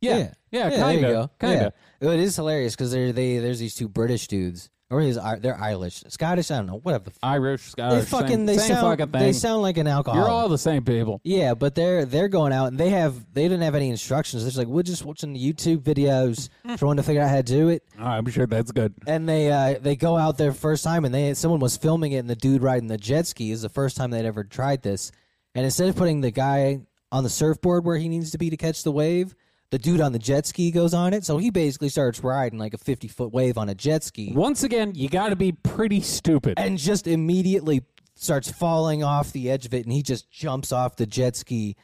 Speaker 2: Yeah. Yeah,
Speaker 1: there you
Speaker 2: kinda,
Speaker 1: go.
Speaker 2: kinda.
Speaker 1: Yeah. It is hilarious because they there's these two British dudes, or is they're Irish, Scottish? I don't know. Whatever. The f-
Speaker 2: Irish,
Speaker 1: they
Speaker 2: Scottish,
Speaker 1: fucking
Speaker 2: same,
Speaker 1: they
Speaker 2: same
Speaker 1: sound
Speaker 2: fucking thing.
Speaker 1: they sound like an alcoholic.
Speaker 2: You're all the same people.
Speaker 1: yeah, but they're they're going out and they have they didn't have any instructions. They're just like we're just watching the YouTube videos, trying to figure out how to do it.
Speaker 2: I'm sure that's good.
Speaker 1: And they uh, they go out their first time, and they someone was filming it, and the dude riding the jet ski is the first time they'd ever tried this. And instead of putting the guy on the surfboard where he needs to be to catch the wave, the dude on the jet ski goes on it. So he basically starts riding like a fifty foot wave on a jet ski,
Speaker 2: Once again, you got to be pretty stupid.
Speaker 1: and just immediately starts falling off the edge of it, and he just jumps off the jet ski.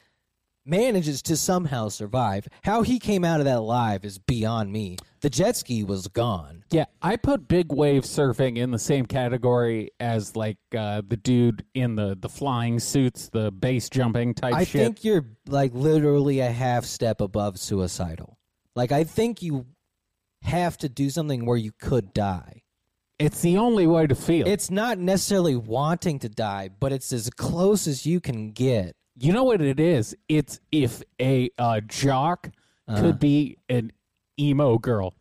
Speaker 1: Manages to somehow survive. How he came out of that alive is beyond me. The jet ski was gone.
Speaker 2: Yeah, I put big wave surfing in the same category as like uh, the dude in the the flying suits, the base jumping type
Speaker 1: I
Speaker 2: shit.
Speaker 1: think you're like literally a half step above suicidal. Like I think you have to do something where you could die.
Speaker 2: it's the only way to feel.
Speaker 1: It's not necessarily wanting to die, but it's as close as you can get.
Speaker 2: you know what it is? It's if a uh, jock
Speaker 1: Uh-huh.
Speaker 2: could be an emo girl,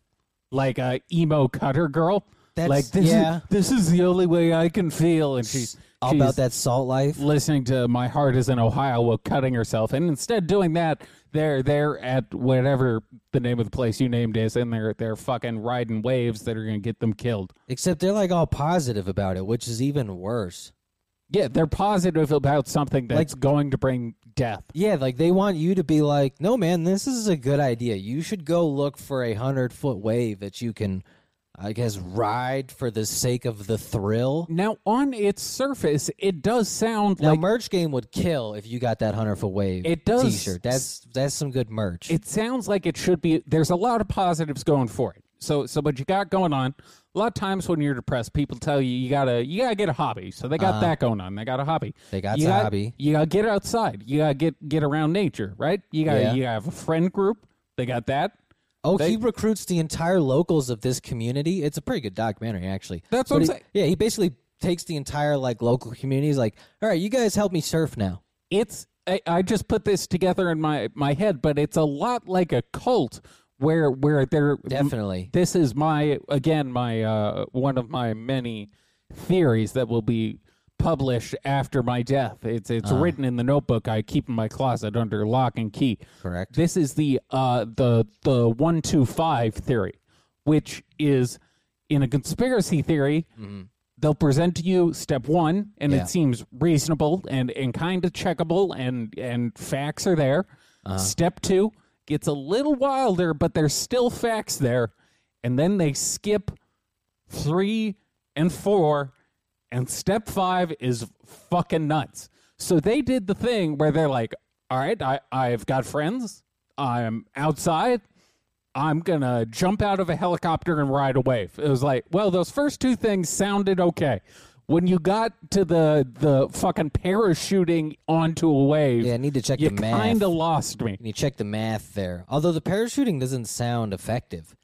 Speaker 2: like a emo cutter girl.
Speaker 1: That's-
Speaker 2: like this
Speaker 1: yeah.
Speaker 2: is this is the only way I can feel, and she's
Speaker 1: All
Speaker 2: she's
Speaker 1: about that salt life.
Speaker 2: listening to "My Heart Is in Ohio" while cutting herself, and instead doing that, they're they're at whatever the name of the place you named is, and they're they're fucking riding waves that are gonna get them killed.
Speaker 1: Except they're like all positive about it, which is even worse.
Speaker 2: Yeah, they're positive about something that's going to bring death.
Speaker 1: Yeah, like they want you to be like, no, man, this is a good idea. You should go look for a hundred foot wave that you can, I guess, ride for the sake of the thrill.
Speaker 2: Now, on its surface, it does sound
Speaker 1: Now,
Speaker 2: like
Speaker 1: merch game would kill if you got that Hunter for Wave
Speaker 2: It does
Speaker 1: t-shirt. That's that's some good merch.
Speaker 2: it sounds like it should be. There's a lot of positives going for it. So, so what you got going on? A lot of times when you're depressed, people tell you you gotta you gotta get a hobby. So they got that going on. They got a hobby.
Speaker 1: Uh-huh. They got
Speaker 2: you
Speaker 1: the
Speaker 2: gotta-
Speaker 1: hobby.
Speaker 2: You gotta get outside. You gotta get get around nature. Right. You gotta
Speaker 1: Yeah.
Speaker 2: you gotta have a friend group. They got that.
Speaker 1: oh,
Speaker 2: they-
Speaker 1: he recruits the entire locals of this community. It's a pretty good documentary, actually.
Speaker 2: That's what
Speaker 1: But
Speaker 2: I'm
Speaker 1: he-
Speaker 2: saying.
Speaker 1: Yeah, he basically takes the entire like local community. He's like, all right, you guys help me surf now.
Speaker 2: it's I, I just put this together in my my head, but it's a lot like a cult where where they're
Speaker 1: Definitely.
Speaker 2: this is my again my uh one of my many theories that will be published after my death. It's it's written in the notebook I keep in my closet under lock and key.
Speaker 1: Correct.
Speaker 2: This is the uh the the 125 theory, which is in a conspiracy theory, they'll present to you step 1 and
Speaker 1: Mm-hmm. Yeah.
Speaker 2: it seems reasonable and and kind of checkable and and facts are there.
Speaker 1: Uh-huh.
Speaker 2: Step 2 gets a little wilder but there's still facts there and then they skip 3 and 4 and step 5 is fucking nuts. So they did the thing where they're like, "All right, I I've got friends. I'm outside. I'm gonna jump out of a helicopter and ride a wave. It was like, well, those first two things sounded okay. When you got to the the fucking parachuting onto a wave,
Speaker 1: Yeah, I need to check
Speaker 2: you
Speaker 1: the math.
Speaker 2: kind of lost me.
Speaker 1: And you check the math there. Although the parachuting doesn't sound effective,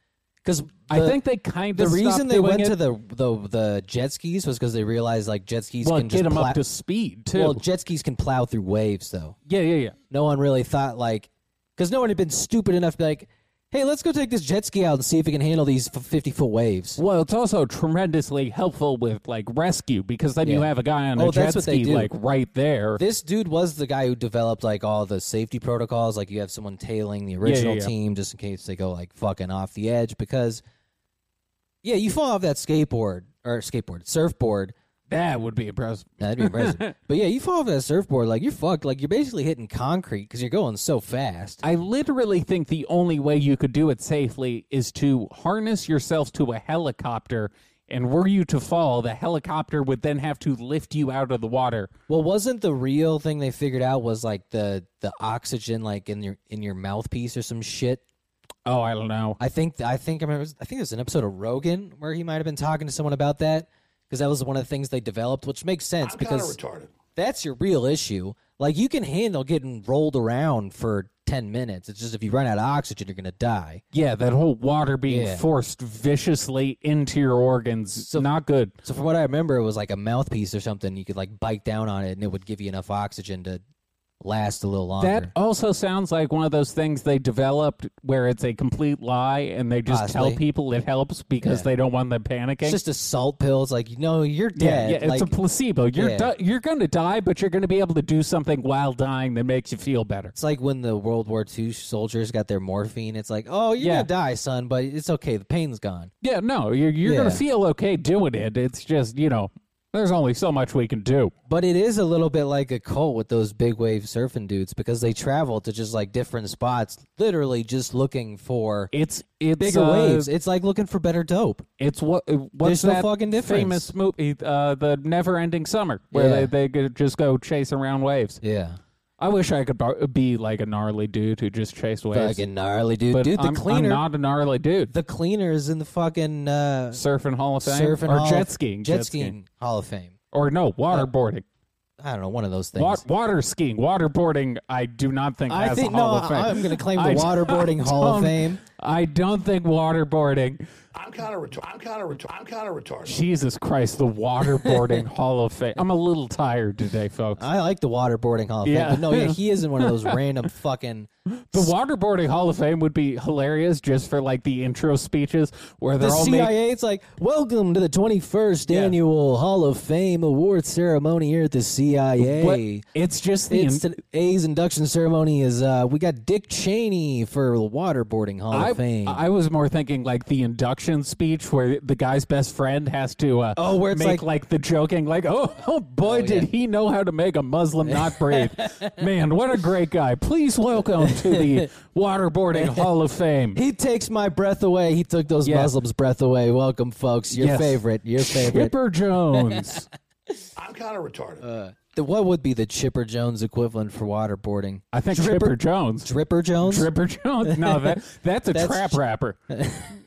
Speaker 1: because
Speaker 2: I think they kind
Speaker 1: the
Speaker 2: of
Speaker 1: reason they went to the, the the jet skis was because they realized like jet skis
Speaker 2: well,
Speaker 1: can
Speaker 2: get
Speaker 1: just
Speaker 2: them
Speaker 1: plow-
Speaker 2: up to speed too.
Speaker 1: well jet skis can plow through waves though.
Speaker 2: yeah, yeah, yeah.
Speaker 1: no one really thought like because no one had been stupid enough to be like hey let's go take this jet ski out and see if it can handle these 50 foot waves
Speaker 2: Well, it's also tremendously helpful with like rescue because then you
Speaker 1: Yeah.
Speaker 2: have a guy on
Speaker 1: Oh,
Speaker 2: a
Speaker 1: that's
Speaker 2: jet
Speaker 1: what they
Speaker 2: ski
Speaker 1: do.
Speaker 2: like right there.
Speaker 1: this dude was the guy who developed like all the safety protocols like you have someone tailing the original
Speaker 2: yeah.
Speaker 1: team just in case they go like fucking off the edge because yeah you fall off that skateboard or skateboard surfboard
Speaker 2: that would be impressive.
Speaker 1: that'd be impressive but yeah you fall off that surfboard like you're fucked like you're basically hitting concrete because you're going so fast
Speaker 2: I literally think the only way you could do it safely is to harness yourself to a helicopter, and were you to fall, the helicopter would then have to lift you out of the water.
Speaker 1: Well, wasn't the real thing they figured out was like the the oxygen like in your in your mouthpiece or some shit?
Speaker 2: Oh, I don't know.
Speaker 1: I think I think I remember I think it was an episode of Rogan where he might have been talking to someone about that because that was one of the things they developed, which makes sense because that's your real issue. Like you can handle getting rolled around for ten minutes. It's just if you run out of oxygen, you're gonna die.
Speaker 2: Yeah, that whole water being
Speaker 1: Yeah.
Speaker 2: forced viciously into your organs, not good.
Speaker 1: So from what I remember, it was like a mouthpiece or something. You could like bite down on it, and it would give you enough oxygen to last a little longer.
Speaker 2: That also sounds like one of those things they developed where it's a complete lie and they just tell
Speaker 1: Possibly.
Speaker 2: people it helps because
Speaker 1: Yeah.
Speaker 2: they don't want them panicking.
Speaker 1: It's just a salt pill. It's like, no, you're
Speaker 2: yeah,
Speaker 1: dead.
Speaker 2: yeah, it's
Speaker 1: like,
Speaker 2: a placebo. You're
Speaker 1: Yeah.
Speaker 2: di- you're going to die, but you're going to be able to do something while dying that makes you feel better.
Speaker 1: it's like when the World War II soldiers got their morphine. It's like, oh, you're
Speaker 2: Yeah.
Speaker 1: gonna die, son, but it's okay. The pain's gone.
Speaker 2: Yeah, no, you're you're going
Speaker 1: Yeah.
Speaker 2: to feel okay doing it. It's just you know, there's only so much we can do.
Speaker 1: But it is a little bit like a cult with those big wave surfing dudes because they travel to just like different spots, literally just looking for
Speaker 2: It's it's
Speaker 1: bigger
Speaker 2: uh,
Speaker 1: waves. It's like looking for better dope.
Speaker 2: It's what uh, what's
Speaker 1: There's no
Speaker 2: that
Speaker 1: fucking difference.
Speaker 2: famous movie, uh, the Never Ending Summer, where
Speaker 1: Yeah.
Speaker 2: they they could just go chase around waves.
Speaker 1: Yeah.
Speaker 2: I wish I could bar- be like a gnarly dude who just chased waves.
Speaker 1: Fucking gnarly dude.
Speaker 2: but
Speaker 1: dude, the
Speaker 2: I'm, I'm
Speaker 1: cleaner
Speaker 2: not a gnarly dude.
Speaker 1: the cleaner is in the fucking uh
Speaker 2: Surfing Hall of Fame
Speaker 1: surfing
Speaker 2: or
Speaker 1: hall
Speaker 2: jet
Speaker 1: of-
Speaker 2: skiing,
Speaker 1: Jet, skiing, Hall of Fame.
Speaker 2: or no waterboarding,
Speaker 1: I don't know, one of those things.
Speaker 2: Wa- water skiing, waterboarding. I do not think
Speaker 1: I
Speaker 2: has
Speaker 1: think
Speaker 2: a Hall
Speaker 1: no,
Speaker 2: of Fame.
Speaker 1: I- I'm gonna claim the
Speaker 2: I d-
Speaker 1: waterboarding
Speaker 2: I
Speaker 1: Hall of
Speaker 2: don't-
Speaker 1: Fame.
Speaker 2: I don't think waterboarding.
Speaker 4: I'm kind of retarded. I'm kind of retarded. I'm kind of retarded.
Speaker 2: Jesus Christ, the waterboarding Hall of Fame. I'm a little tired today, folks.
Speaker 1: I like the waterboarding Hall of
Speaker 2: Yeah.
Speaker 1: Fame. But no, yeah, he is in one of those random fucking.
Speaker 2: The waterboarding Hall of Fame would be hilarious just for like the intro speeches where they're
Speaker 1: The
Speaker 2: all making.
Speaker 1: CIA, it's like, welcome to the 21st
Speaker 2: Yeah.
Speaker 1: annual Hall of Fame award ceremony here at the CIA.
Speaker 2: It's just the.
Speaker 1: It's today's induction ceremony is uh, we got Dick Cheney for the waterboarding Hall
Speaker 2: I,
Speaker 1: of Fame.
Speaker 2: I was more thinking like the induction speech where the guy's best friend has to uh,
Speaker 1: Oh, where it's
Speaker 2: make
Speaker 1: like-
Speaker 2: the joking like oh, oh boy did he know how to make a Muslim not breathe man what a great guy please welcome to the waterboarding Hall of Fame
Speaker 1: he takes my breath away. He took those
Speaker 2: Yeah.
Speaker 1: Muslims' breath away. Welcome, folks. Your
Speaker 2: Yes.
Speaker 1: favorite. Your favorite.
Speaker 2: Chipper Jones
Speaker 4: I'm kind of retarded.
Speaker 1: The, what would be the Chipper Jones equivalent for waterboarding?
Speaker 2: I think
Speaker 1: Dripper-
Speaker 2: Chipper Jones
Speaker 1: Dripper Jones?
Speaker 2: Dripper Jones. No, that that's a
Speaker 1: That's-
Speaker 2: trap rapper.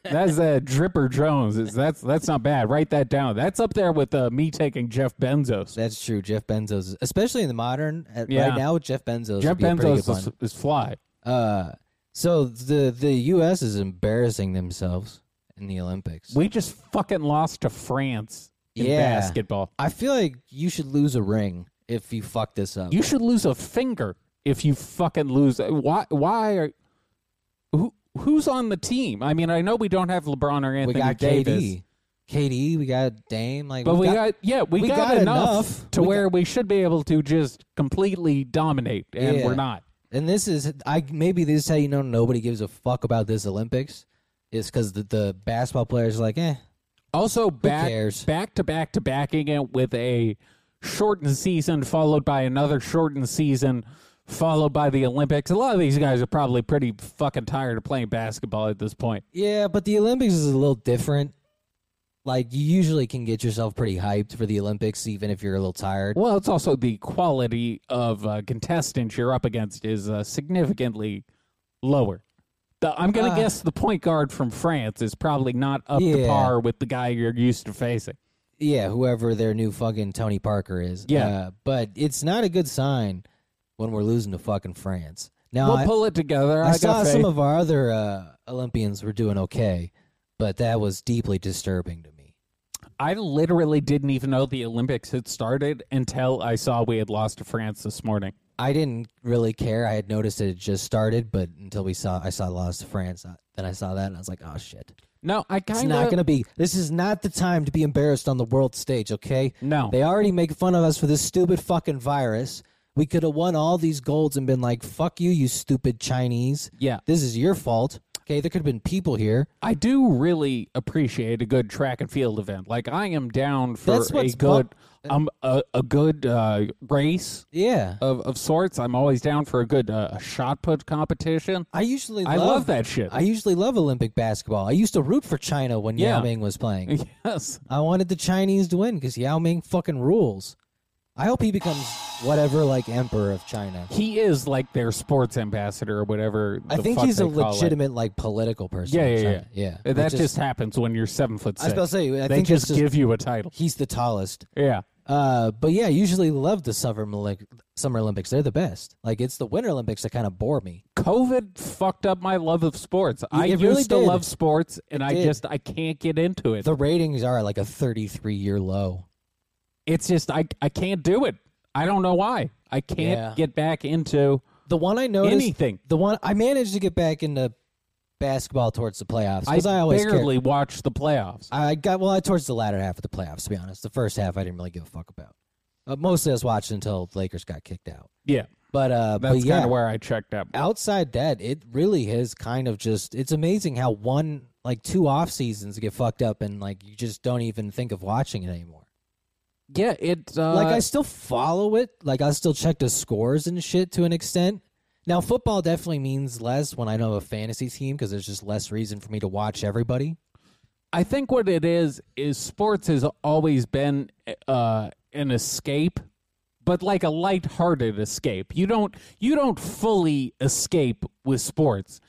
Speaker 2: That's a Dripper Jones. Is that's that's not bad. Write that down. That's up there with uh, me taking Jeff Benzos.
Speaker 1: That's true. Jeff Bezos, especially in the modern at,
Speaker 2: Yeah.
Speaker 1: right now, Jeff Bezos.
Speaker 2: Jeff
Speaker 1: would be a pretty good
Speaker 2: Benzos is,
Speaker 1: one.
Speaker 2: is fly.
Speaker 1: Uh, so the the U.S. is embarrassing themselves in the Olympics.
Speaker 2: We just fucking lost to France in
Speaker 1: Yeah.
Speaker 2: basketball.
Speaker 1: I feel like you should lose a ring if you fuck this up.
Speaker 2: You should lose a finger if you fucking lose. Why? Why are who? Who's on the team? I mean, I know we don't have LeBron or
Speaker 1: we
Speaker 2: Anthony
Speaker 1: got
Speaker 2: Davis,
Speaker 1: KD, KD. We got Dame. Like,
Speaker 2: but
Speaker 1: we've
Speaker 2: we got, yeah, we,
Speaker 1: we
Speaker 2: got,
Speaker 1: got
Speaker 2: enough,
Speaker 1: enough.
Speaker 2: to
Speaker 1: We
Speaker 2: where we should be able to just completely dominate, and
Speaker 1: Yeah.
Speaker 2: we're not.
Speaker 1: And this is I maybe this is how you know nobody gives a fuck about this Olympics, is because the, the basketball players are like, eh,
Speaker 2: Also, back
Speaker 1: cares?
Speaker 2: back to back to backing it with a shortened season, followed by another shortened season, followed by the Olympics. A lot of these guys are probably pretty fucking tired of playing basketball at this point.
Speaker 1: yeah. But the Olympics is a little different. Like you usually can get yourself pretty hyped for the Olympics, even if you're a little tired.
Speaker 2: Well, it's also the quality of uh, contestants you're up against is uh, significantly lower. The, I'm going to
Speaker 1: Uh,
Speaker 2: guess the point guard from France is probably not up to
Speaker 1: Yeah.
Speaker 2: par with the guy you're used to facing.
Speaker 1: Yeah, whoever their new fucking Tony Parker is.
Speaker 2: Yeah.
Speaker 1: Uh, but it's not a good sign when we're losing to fucking France. Now,
Speaker 2: We'll
Speaker 1: I,
Speaker 2: pull it together.
Speaker 1: I
Speaker 2: I,
Speaker 1: saw
Speaker 2: got faith.
Speaker 1: some of our other uh, Olympians were doing okay, but that was deeply disturbing to me.
Speaker 2: I literally didn't even know the Olympics had started until I saw we had lost to France this morning.
Speaker 1: I didn't really care. I had noticed that it just started, but until we saw, I saw lost to France. I- Then I saw that, and I was like, "Oh shit!"
Speaker 2: No, I
Speaker 1: It's
Speaker 2: kind
Speaker 1: not
Speaker 2: of
Speaker 1: gonna be. This is not the time to be embarrassed on the world stage. Okay?
Speaker 2: No.
Speaker 1: They already make fun of us for this stupid fucking virus. We could have won all these golds and been like, "Fuck you, you stupid Chinese."
Speaker 2: Yeah.
Speaker 1: This is your fault. Okay. There could have been people here.
Speaker 2: I do really appreciate a good track and field event. Like I am down for
Speaker 1: That's
Speaker 2: a
Speaker 1: what's
Speaker 2: good um a, a good uh, race
Speaker 1: Yeah.
Speaker 2: of, of sorts. I'm always down for a good uh, shot put competition.
Speaker 1: I usually.
Speaker 2: I
Speaker 1: love,
Speaker 2: love that shit.
Speaker 1: I usually love Olympic basketball. I used to root for China when
Speaker 2: Yeah.
Speaker 1: Yao Ming was playing.
Speaker 2: yes.
Speaker 1: I wanted the Chinese to win because Yao Ming fucking rules. I hope he becomes whatever like emperor of China.
Speaker 2: He is like their sports ambassador or whatever.
Speaker 1: I
Speaker 2: the
Speaker 1: think
Speaker 2: fuck
Speaker 1: he's a
Speaker 2: they call it.
Speaker 1: legitimate like political person.
Speaker 2: Yeah,
Speaker 1: in
Speaker 2: yeah, yeah.
Speaker 1: China. yeah.
Speaker 2: Uh, That
Speaker 1: Which is-
Speaker 2: just happens when you're seven foot
Speaker 1: I
Speaker 2: six.
Speaker 1: was about to say. I
Speaker 2: they
Speaker 1: think that's
Speaker 2: just,
Speaker 1: just
Speaker 2: give you a title.
Speaker 1: he's the tallest.
Speaker 2: Yeah.
Speaker 1: Uh, but yeah, I usually love the summer Olympic, Summer Olympics. They're the best. Like it's the Winter Olympics that kind of bore me.
Speaker 2: COVID fucked up my love of sports. I
Speaker 1: it
Speaker 2: used
Speaker 1: really
Speaker 2: to
Speaker 1: did.
Speaker 2: love sports, and
Speaker 1: It
Speaker 2: I
Speaker 1: did.
Speaker 2: just I can't get into it.
Speaker 1: The ratings are at like a 33 year low.
Speaker 2: it's just I I can't do it. I don't know why. I can't
Speaker 1: Yeah.
Speaker 2: get back into.
Speaker 1: The one I noticed,
Speaker 2: Anything.
Speaker 1: The one I managed to get back into basketball towards the playoffs
Speaker 2: I,
Speaker 1: because I, always cared.
Speaker 2: barely watch the playoffs.
Speaker 1: I got well. I towards the latter half of the playoffs. To be honest, the first half I didn't really give a fuck about. But mostly I was watching until the Lakers got kicked out.
Speaker 2: yeah,
Speaker 1: But uh,
Speaker 2: that's
Speaker 1: but yeah,
Speaker 2: kind of where I checked out.
Speaker 1: outside that, it really is kind of just. It's amazing how one like two off seasons get fucked up and like you just don't even think of watching it anymore.
Speaker 2: Yeah, it uh,
Speaker 1: like I still follow it. Like I still check the scores and shit to an extent. Now football definitely means less when I know a fantasy team because there's just less reason for me to watch everybody.
Speaker 2: I think what it is is sports has always been uh, an escape, but like a lighthearted escape. You don't you don't fully escape with sports,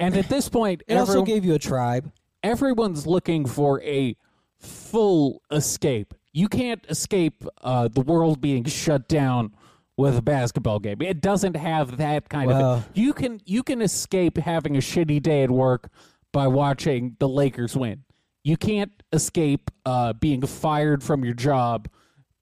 Speaker 2: and at this point,
Speaker 1: It also
Speaker 2: everyone-
Speaker 1: gave you a tribe.
Speaker 2: everyone's looking for a full escape. You can't escape uh, the world being shut down with a basketball game. It doesn't have that kind
Speaker 1: Well-
Speaker 2: of. You can you can escape having a shitty day at work by watching the Lakers win. You can't escape uh, being fired from your job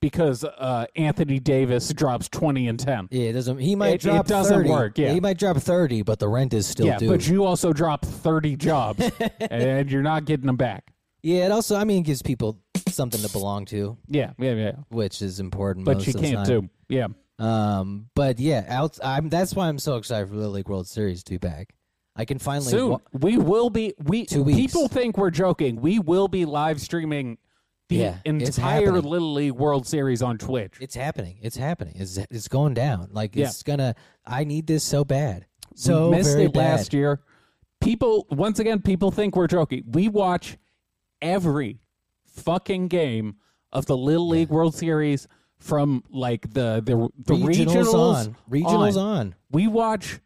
Speaker 2: because uh, Anthony Davis drops twenty and ten.
Speaker 1: Yeah, it doesn't. He might
Speaker 2: It- it
Speaker 1: drop.
Speaker 2: doesn't
Speaker 1: 30.
Speaker 2: work, yeah.
Speaker 1: he might drop thirty, but the rent is still
Speaker 2: yeah,
Speaker 1: due.
Speaker 2: but you also drop thirty jobs, and you're not getting them back.
Speaker 1: yeah, it also. I mean, it gives people something to belong to,
Speaker 2: Yeah, yeah, yeah.
Speaker 1: which is important.
Speaker 2: But
Speaker 1: most
Speaker 2: you
Speaker 1: of the
Speaker 2: can't
Speaker 1: time.
Speaker 2: do. Yeah.
Speaker 1: Um, but yeah, out. I'm. That's why I'm so excited for the League World Series to be back. I can finally.
Speaker 2: soon
Speaker 1: wa-
Speaker 2: we will be we
Speaker 1: Two weeks.
Speaker 2: people think we're joking we will be live streaming the
Speaker 1: Yeah, it's
Speaker 2: entire
Speaker 1: happening.
Speaker 2: little league world series on twitch
Speaker 1: It's happening. It's happening. It's it's going down. Like
Speaker 2: Yeah.
Speaker 1: it's gonna. I need this so bad. So
Speaker 2: so missed
Speaker 1: very
Speaker 2: it last
Speaker 1: bad.
Speaker 2: year people once again people think we're joking we watch every fucking game of the little league world series from like the the, the
Speaker 1: Regionals,
Speaker 2: regionals
Speaker 1: on. Regionals on.
Speaker 2: we watch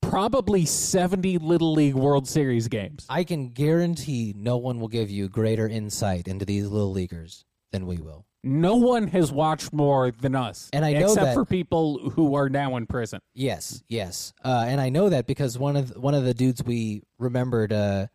Speaker 2: probably 70 little league world series games
Speaker 1: I can guarantee no one will give you greater insight into these little leaguers than we will.
Speaker 2: No one has watched more than us,
Speaker 1: And I know
Speaker 2: except
Speaker 1: that-
Speaker 2: for people who are now in prison.
Speaker 1: Yes, yes, uh, and I know that because one of the, one of the dudes we remembered uh,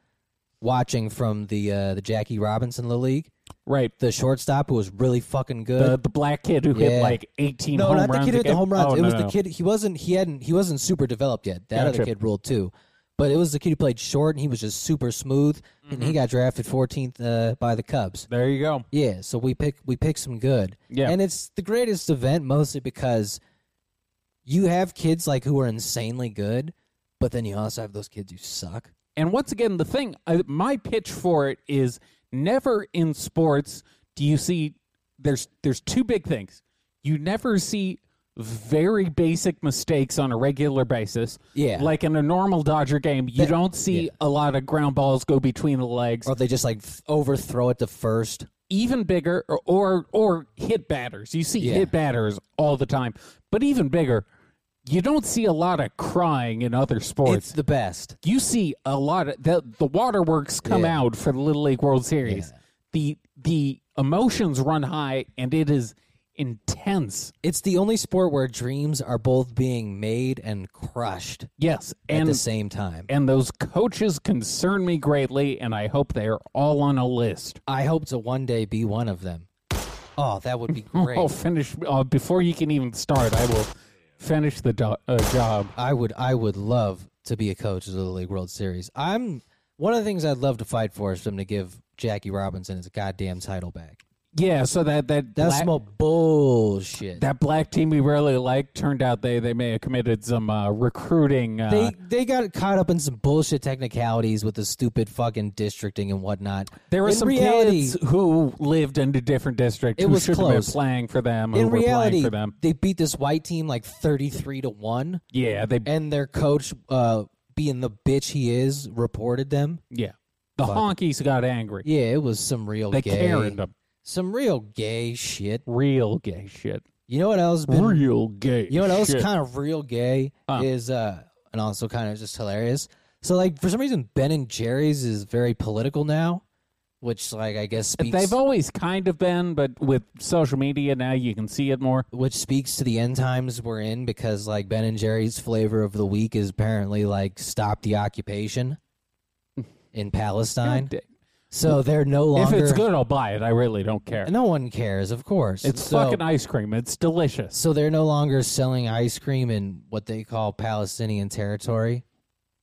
Speaker 1: watching from the uh, the Jackie Robinson Little League,
Speaker 2: Right.
Speaker 1: the shortstop who was really fucking good.
Speaker 2: The, the black kid who
Speaker 1: Yeah.
Speaker 2: hit like eighteen.
Speaker 1: no,
Speaker 2: home
Speaker 1: not the
Speaker 2: runs
Speaker 1: kid who hit the
Speaker 2: again.
Speaker 1: home runs.
Speaker 2: Oh,
Speaker 1: it
Speaker 2: no,
Speaker 1: was the
Speaker 2: no.
Speaker 1: kid. He wasn't. He hadn't. He wasn't super developed yet. That other
Speaker 2: Gotcha.
Speaker 1: kid ruled too, but it was the kid who played short and he was just super smooth. And
Speaker 2: Mm-hmm.
Speaker 1: he got drafted 14th uh, by the Cubs.
Speaker 2: There you go.
Speaker 1: Yeah, so we pick we pick some good.
Speaker 2: Yeah.
Speaker 1: and it's the greatest event mostly because you have kids like who are insanely good, but then you also have those kids who suck.
Speaker 2: And once again, the thing, I, my pitch for it is never in sports do you see there's there's two big things. You never see very basic mistakes on a regular basis.
Speaker 1: Yeah.
Speaker 2: Like in a normal Dodger game, you don't see a lot of ground balls go between the legs.
Speaker 1: Or they just like th- overthrow it to first.
Speaker 2: even bigger or or, or hit batters. You see
Speaker 1: Yeah.
Speaker 2: hit batters all the time, but even bigger, you don't see a lot of crying in other sports.
Speaker 1: It's the best.
Speaker 2: you see a lot of the the waterworks come
Speaker 1: Yeah.
Speaker 2: out for the Little League World Series. The the emotions run high and it is intense.
Speaker 1: It's the only sport where dreams are both being made and crushed
Speaker 2: Yes,
Speaker 1: at
Speaker 2: and
Speaker 1: the same time.
Speaker 2: and those coaches concern me greatly, and I hope they are all on a list.
Speaker 1: I hope to one day be one of them. Oh, that would be great.
Speaker 2: I'll finish uh, before you can even start. I will finish the do- uh, job.
Speaker 1: I would I would love to be a coach of the Little League World Series. I'm one of the things I'd love to fight for is for them to give Jackie Robinson his goddamn title back.
Speaker 2: Yeah, so that that
Speaker 1: That's
Speaker 2: black,
Speaker 1: some bullshit.
Speaker 2: that black team we really liked turned out they they may have committed some uh, recruiting. Uh,
Speaker 1: they
Speaker 2: they,
Speaker 1: they got caught up in some bullshit technicalities with the stupid fucking districting and whatnot.
Speaker 2: there were
Speaker 1: in
Speaker 2: some
Speaker 1: reality,
Speaker 2: kids who lived in a different district
Speaker 1: It
Speaker 2: who
Speaker 1: was
Speaker 2: should have
Speaker 1: close.
Speaker 2: been playing for them. Who
Speaker 1: in
Speaker 2: were
Speaker 1: reality
Speaker 2: playing for them?
Speaker 1: they beat this white team like thirty three to one,
Speaker 2: Yeah, they
Speaker 1: and their coach, uh, being the bitch he is, reported them.
Speaker 2: yeah the honkies got angry.
Speaker 1: Yeah, it was some real
Speaker 2: they
Speaker 1: gay,
Speaker 2: carried them.
Speaker 1: some real gay shit.
Speaker 2: Real gay shit.
Speaker 1: You know what else been?
Speaker 2: Real gay.
Speaker 1: you know what else
Speaker 2: shit.
Speaker 1: kind of real gay is, uh, and also kind of just hilarious. So like for some reason, Ben and Jerry's is very political now, which like I guess speaks
Speaker 2: They've always kind of been, but with social media now, you can see it more.
Speaker 1: which speaks to the end times we're in because like Ben and Jerry's flavor of the week is apparently like stop the occupation in Palestine. So they're no
Speaker 2: If
Speaker 1: longer
Speaker 2: it's good, I'll buy it. I really don't care.
Speaker 1: No one cares, of course.
Speaker 2: It's
Speaker 1: So-
Speaker 2: fucking ice cream. It's delicious.
Speaker 1: So they're no longer selling ice cream in what they call Palestinian territory.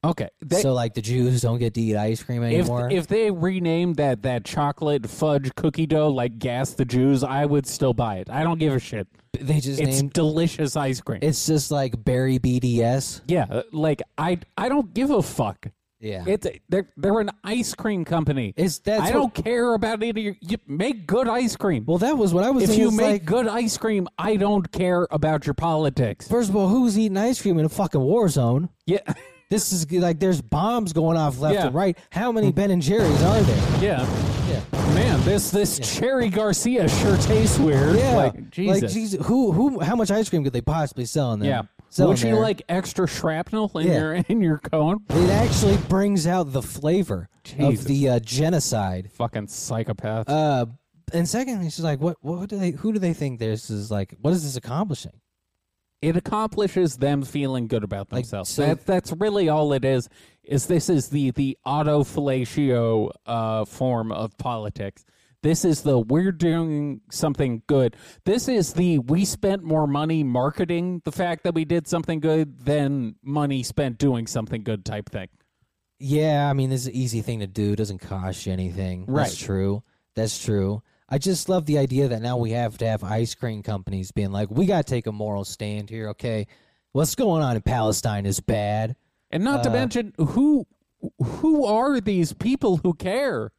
Speaker 2: Okay. They,
Speaker 1: so like the Jews don't get to eat ice cream
Speaker 2: if,
Speaker 1: anymore.
Speaker 2: if they renamed that, that chocolate fudge cookie dough like Gas the Jews, I would still buy it. I don't give a shit.
Speaker 1: they just
Speaker 2: It's
Speaker 1: named
Speaker 2: delicious ice cream.
Speaker 1: it's just like Barry BDS.
Speaker 2: yeah, uh, like I I don't give a fuck.
Speaker 1: Yeah.
Speaker 2: It's they're they're an ice cream company.
Speaker 1: It's- that's
Speaker 2: I
Speaker 1: what-
Speaker 2: don't care about any. of your- You make good ice cream.
Speaker 1: well that was what I was
Speaker 2: if
Speaker 1: thinking.
Speaker 2: you
Speaker 1: It's
Speaker 2: make
Speaker 1: like,
Speaker 2: good ice cream, I don't care about your politics.
Speaker 1: first of all, who's eating ice cream in a fucking war zone?
Speaker 2: Yeah,
Speaker 1: This is like there's bombs going off left
Speaker 2: Yeah.
Speaker 1: and right. How many Ben and Jerry's are there?
Speaker 2: yeah, Man, this this Cherry Garcia sure tastes weird.
Speaker 1: Yeah,
Speaker 2: like Jesus.
Speaker 1: Who who? How much ice cream could they possibly sell in there?
Speaker 2: yeah.
Speaker 1: sell
Speaker 2: Would
Speaker 1: in
Speaker 2: you
Speaker 1: there?
Speaker 2: like extra shrapnel in
Speaker 1: Yeah.
Speaker 2: your in your cone?
Speaker 1: It actually brings out the flavor
Speaker 2: Jesus.
Speaker 1: of the uh, genocide.
Speaker 2: Fucking psychopath.
Speaker 1: Uh, and secondly, she's like, what what do they? Who do they think this is like? What is this accomplishing?
Speaker 2: it accomplishes them feeling good about themselves.
Speaker 1: so-
Speaker 2: that, that's really all it is. Is this is the the auto fellatio uh, form of politics. This is the we're doing something good. This is the we spent more money marketing the fact that we did something good than money spent doing something good type thing.
Speaker 1: Yeah, I mean, this is an easy thing to do. It doesn't cost you anything.
Speaker 2: Right.
Speaker 1: That's true. That's true. I just love the idea that now we have to have ice cream companies being like, we got to take a moral stand here, okay? What's going on in Palestine is bad.
Speaker 2: And not
Speaker 1: Uh,
Speaker 2: to mention who who are these people who care?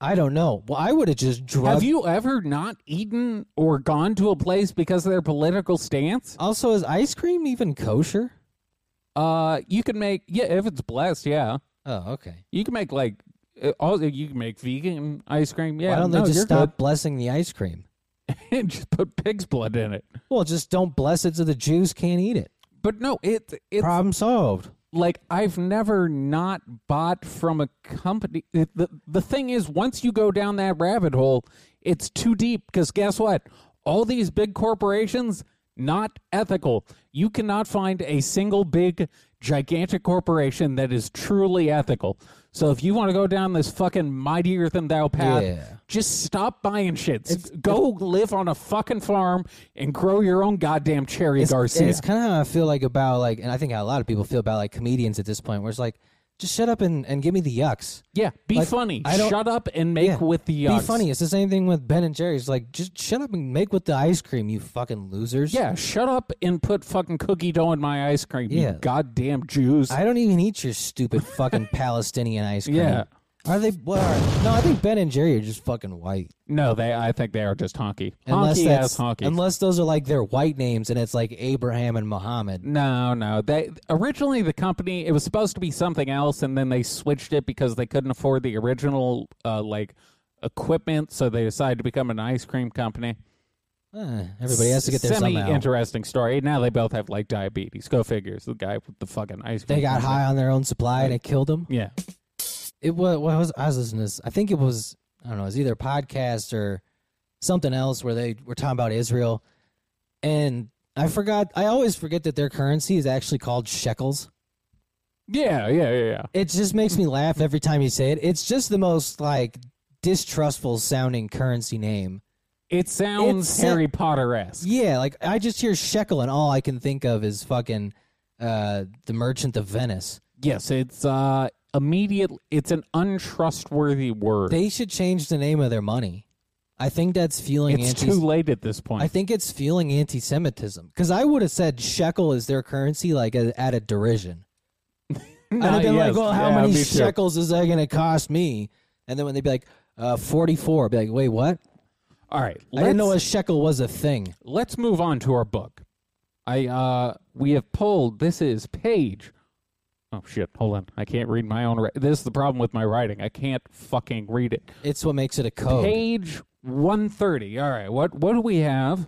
Speaker 1: I don't know. Well, I would have just drugged.
Speaker 2: Have you ever not eaten or gone to a place because of their political stance?
Speaker 1: Also, is ice cream even kosher?
Speaker 2: Uh, you can make yeah if it's blessed, yeah.
Speaker 1: Oh, okay.
Speaker 2: You can make like uh, also you can make vegan ice cream. Yeah,
Speaker 1: Why don't they
Speaker 2: no,
Speaker 1: just
Speaker 2: you're
Speaker 1: stop blessing the ice cream?
Speaker 2: good. and just put pig's blood in it?
Speaker 1: Well, just don't bless it so the Jews can't eat it.
Speaker 2: But no, it it's
Speaker 1: Problem solved.
Speaker 2: like I've never not bought from a company. It, the the thing is, once you go down that rabbit hole, it's too deep. Because guess what? All these big corporations not ethical. You cannot find a single big gigantic corporation that is truly ethical. So if you want to go down this fucking mightier than thou path,
Speaker 1: Yeah.
Speaker 2: just stop buying shit. go live on a fucking farm and grow your own goddamn cherry
Speaker 1: And
Speaker 2: Garcia.
Speaker 1: it's kind of how I feel like about like, and I think how a lot of people feel about like comedians at this point, where it's like, just shut up and, and give me the yucks.
Speaker 2: Yeah, be
Speaker 1: Like,
Speaker 2: funny.
Speaker 1: I don't-
Speaker 2: Shut up and make
Speaker 1: Yeah.
Speaker 2: with the
Speaker 1: Be
Speaker 2: yucks.
Speaker 1: funny. It's the same thing with Ben and Jerry's. Like, just shut up and make with the ice cream, you fucking losers.
Speaker 2: Yeah, shut up and put fucking cookie dough in my ice cream.
Speaker 1: Yeah.
Speaker 2: You goddamn Jews.
Speaker 1: I don't even eat your stupid fucking Palestinian ice cream.
Speaker 2: Yeah.
Speaker 1: Are they? What are? No, I think Ben and Jerry are just fucking white.
Speaker 2: no, they. I think they are just honky.
Speaker 1: Unless
Speaker 2: honky
Speaker 1: that's
Speaker 2: ass honky.
Speaker 1: unless those are like their white names, and it's like Abraham and Muhammad.
Speaker 2: no, no. They originally the company it was supposed to be something else, and then they switched it because they couldn't afford the original uh, like equipment, so they decided to become an ice cream company.
Speaker 1: Eh, everybody has to get their
Speaker 2: Semi
Speaker 1: somehow.
Speaker 2: interesting story. Now they both have like diabetes. Go figures. The guy with the fucking ice cream.
Speaker 1: They got
Speaker 2: company.
Speaker 1: high on their own supply, and it killed them.
Speaker 2: Yeah.
Speaker 1: it was what was I was listening to this. I think it was I don't know, it was either a podcast or something else where they were talking about Israel. And I forgot I always forget that their currency is actually called shekels.
Speaker 2: Yeah. Yeah. Yeah. Yeah.
Speaker 1: It just makes me laugh every time you say it. It's just the most like distrustful sounding currency name.
Speaker 2: It sounds
Speaker 1: It's-
Speaker 2: Harry Potter esque.
Speaker 1: Yeah, like I just hear shekel and all I can think of is fucking uh the merchant of Venice.
Speaker 2: Yes, it's uh immediate. It's an untrustworthy word.
Speaker 1: They should change the name of their money. I think that's fueling
Speaker 2: it's
Speaker 1: anti
Speaker 2: too late at this point.
Speaker 1: I think it's fueling anti-Semitism because I would have said shekel is their currency, like a, at a derision. I'd have been like,
Speaker 2: yes.
Speaker 1: "Well, how
Speaker 2: Yeah,
Speaker 1: many
Speaker 2: me too.
Speaker 1: shekels is that going to cost me?" And then when they'd be like, uh, 44 I'd be like, "Wait, what?
Speaker 2: All right,
Speaker 1: I
Speaker 2: let's,
Speaker 1: didn't know a shekel was a thing."
Speaker 2: let's move on to our book. I uh we have pulled. This is page. Oh shit! Hold on, I can't read my own. Ri- this is the problem with my writing. I can't fucking read it.
Speaker 1: It's what makes it a code.
Speaker 2: Page one thirty. All right, what what do we have?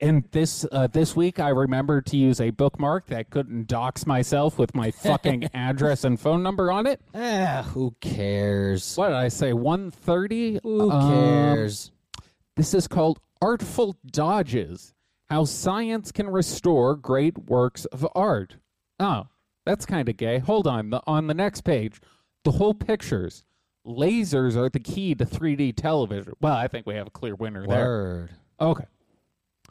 Speaker 2: And this uh, this week, I remembered to use a bookmark that couldn't dox myself with my fucking address and phone number on it.
Speaker 1: Ah, who cares?
Speaker 2: What Um, did I say? One thirty.
Speaker 1: Who cares?
Speaker 2: This is called Artful Dodges How Science Can Restore Great Works of Art. Oh, that's kind of gay. Hold on. The, on the next page, the whole pictures. Lasers are the key to 3D television. Well, I think we have a clear winner there.
Speaker 1: Word.
Speaker 2: Okay.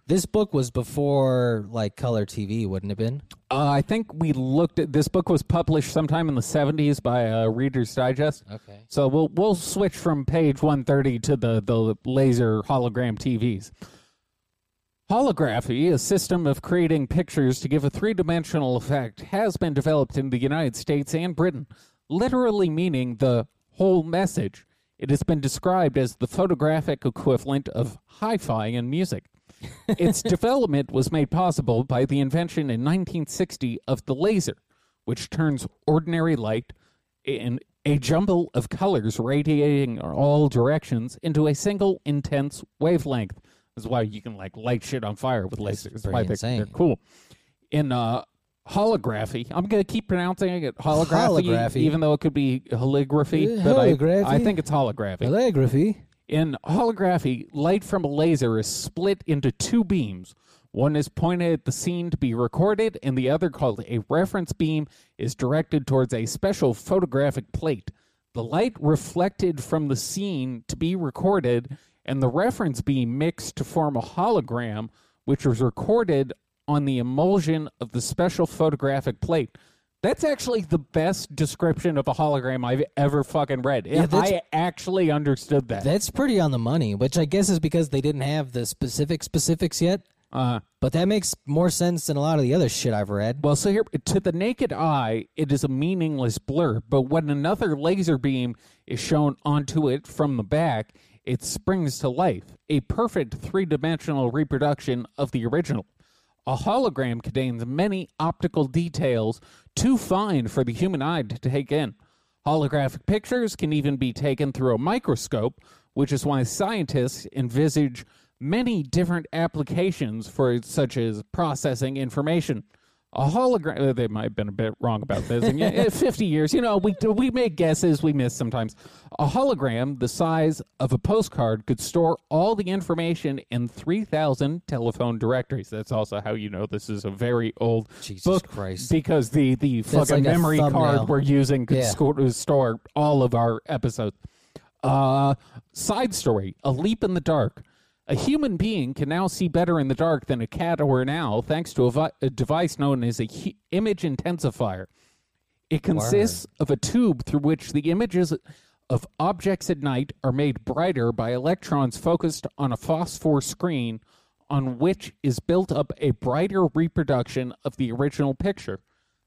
Speaker 1: This book was before like color TV, wouldn't it have been?
Speaker 2: Uh, I think we looked at this book was published sometime in the 70s by uh, Reader's Digest.
Speaker 1: Okay.
Speaker 2: So we'll we'll switch from page 130 to the the laser hologram TVs. Holography, a system of creating pictures to give a three-dimensional effect, has been developed in the United States and Britain, literally meaning the whole message. It has been described as the photographic equivalent of hi-fi in music. its development was made possible by the invention in 1960 of the laser, which turns ordinary light in a jumble of colors radiating all directions into a single intense wavelength. That's why you can like light shit on fire with lasers. That's why
Speaker 1: pretty
Speaker 2: they,
Speaker 1: insane.
Speaker 2: they're cool. In uh, holography, I'm gonna keep pronouncing it holography,
Speaker 1: Holography.
Speaker 2: even though it could be holography.
Speaker 1: Uh,
Speaker 2: but I- I,
Speaker 1: holography?
Speaker 2: think it's holography.
Speaker 1: Calligraphy.
Speaker 2: In holography, light from a laser is split into two beams. One is pointed at the scene to be recorded, and the other, called a reference beam, is directed towards a special photographic plate. The light reflected from the scene to be recorded and the reference beam mixed to form a hologram, which was recorded on the emulsion of the special photographic plate. That's actually the best description of a hologram I've ever fucking read.
Speaker 1: that's-
Speaker 2: I actually understood that.
Speaker 1: That's pretty on the money, which I guess is because they didn't have the specific specifics yet.
Speaker 2: Uh,
Speaker 1: But that makes more sense than a lot of the other shit I've read.
Speaker 2: well, so here, to the naked eye, it is a meaningless blur, but when another laser beam is shown onto it from the back, it springs to life, a perfect three dimensional reproduction of the original. A hologram contains many optical details too fine for the human eye to take in. Holographic pictures can even be taken through a microscope, which is why scientists envisage many different applications for it, such as processing information. A hologram, uh, they might have been a bit wrong about this. And yeah, eh, 50 years, you know, we, we make guesses, we miss sometimes. A hologram the size of a postcard could store all the information in 3,000 telephone directories. That's also how you know this is a very old
Speaker 1: Jesus
Speaker 2: book
Speaker 1: Christ.
Speaker 2: because the, the
Speaker 1: That's
Speaker 2: fucking
Speaker 1: like a
Speaker 2: memory
Speaker 1: thumbnail.
Speaker 2: card we're using could
Speaker 1: Yeah.
Speaker 2: sco- store all of our episodes. Uh, side story: A leap in the dark. A human being can now see better in the dark than a cat or an owl, thanks to a, vi- a device known as a hu- image intensifier. It consists of a tube through which the images of objects at night are made brighter by electrons focused on a phosphor screen on which is built up a brighter reproduction of the original picture.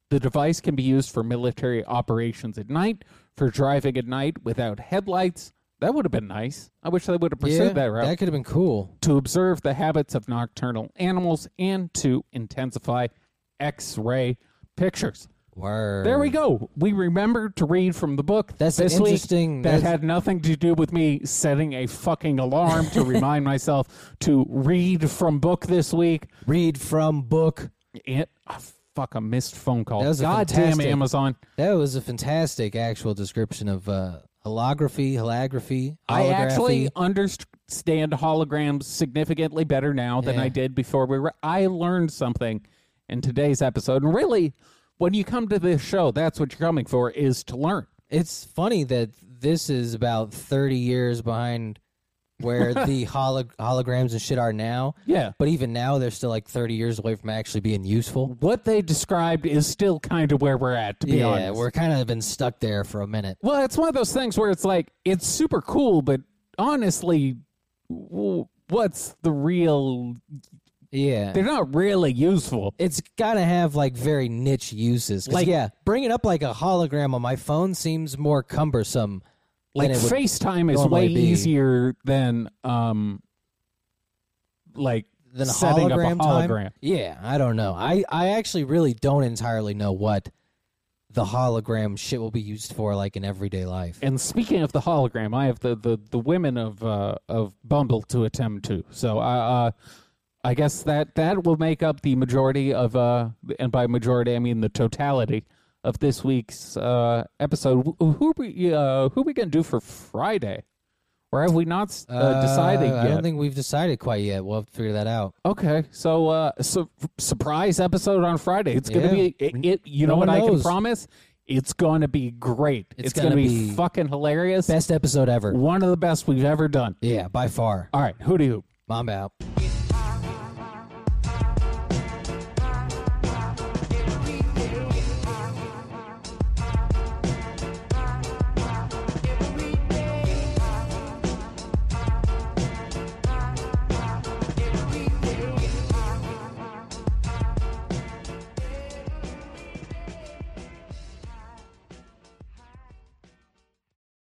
Speaker 2: The device can be used for military operations at night, for driving at night without headlights. That would have been nice. I wish they would have pursued that route
Speaker 1: that could have been cool.
Speaker 2: to observe the habits of nocturnal animals and to intensify X ray pictures.
Speaker 1: Word.
Speaker 2: There we go. We remembered to read from the book
Speaker 1: That's
Speaker 2: this
Speaker 1: interesting-
Speaker 2: week. That
Speaker 1: that's-
Speaker 2: had nothing to do with me setting a fucking alarm to remind myself to read from book this week.
Speaker 1: Read from book.
Speaker 2: It, oh, fuck, a missed phone call.
Speaker 1: That was a
Speaker 2: God damn
Speaker 1: fantastic-
Speaker 2: Amazon.
Speaker 1: That was a fantastic actual description of uh, holography, holography,
Speaker 2: I
Speaker 1: holography.
Speaker 2: actually understand holograms significantly better now than
Speaker 1: Yeah.
Speaker 2: I did before we were. I learned something in today's episode. And really, when you come to this show, that's what you're coming for is to learn.
Speaker 1: It's funny that this is about 30 years behind where the holo- holograms and shit are now.
Speaker 2: Yeah.
Speaker 1: But even now, they're still like 30 years away from actually being useful.
Speaker 2: What they described is still kind of where we're at, to be
Speaker 1: yeah,
Speaker 2: honest.
Speaker 1: we're kind of been stuck there for a minute.
Speaker 2: Well, it's one of those things where it's like, it's super cool, but honestly, w- what's the real.
Speaker 1: Yeah.
Speaker 2: They're not really useful.
Speaker 1: it's got to have like very niche uses. 'Cause,
Speaker 2: Like-
Speaker 1: yeah, bringing up like a hologram on my phone seems more cumbersome.
Speaker 2: like
Speaker 1: than it would-
Speaker 2: FaceTime is
Speaker 1: normally
Speaker 2: way
Speaker 1: be.
Speaker 2: easier than um like
Speaker 1: than a
Speaker 2: setting
Speaker 1: hologram,
Speaker 2: up a
Speaker 1: time?
Speaker 2: hologram.
Speaker 1: Yeah, I don't know. I, I actually really don't entirely know what the hologram shit will be used for, like in everyday life.
Speaker 2: And speaking of the hologram, I have the the, the women of uh, of Bumble to attend to. So I uh, I guess that that will make up the majority of uh, and by majority I mean the totality of this week's uh episode. Wh- Who are we uh, who are we gonna do for Friday? Or have we not s- uh, decided
Speaker 1: Uh,
Speaker 2: yet?
Speaker 1: I don't think we've decided quite yet. We'll have to figure that out.
Speaker 2: Okay, so uh, su- surprise episode on Friday. It's gonna
Speaker 1: Yeah.
Speaker 2: be it. it you
Speaker 1: No
Speaker 2: know what
Speaker 1: one
Speaker 2: I can
Speaker 1: knows.
Speaker 2: promise? It's gonna be great.
Speaker 1: It's
Speaker 2: It's, gonna,
Speaker 1: gonna
Speaker 2: be,
Speaker 1: be
Speaker 2: fucking hilarious.
Speaker 1: Best episode ever.
Speaker 2: One of the best we've ever done.
Speaker 1: Yeah, by far.
Speaker 2: All right, who do you?
Speaker 1: Mom out.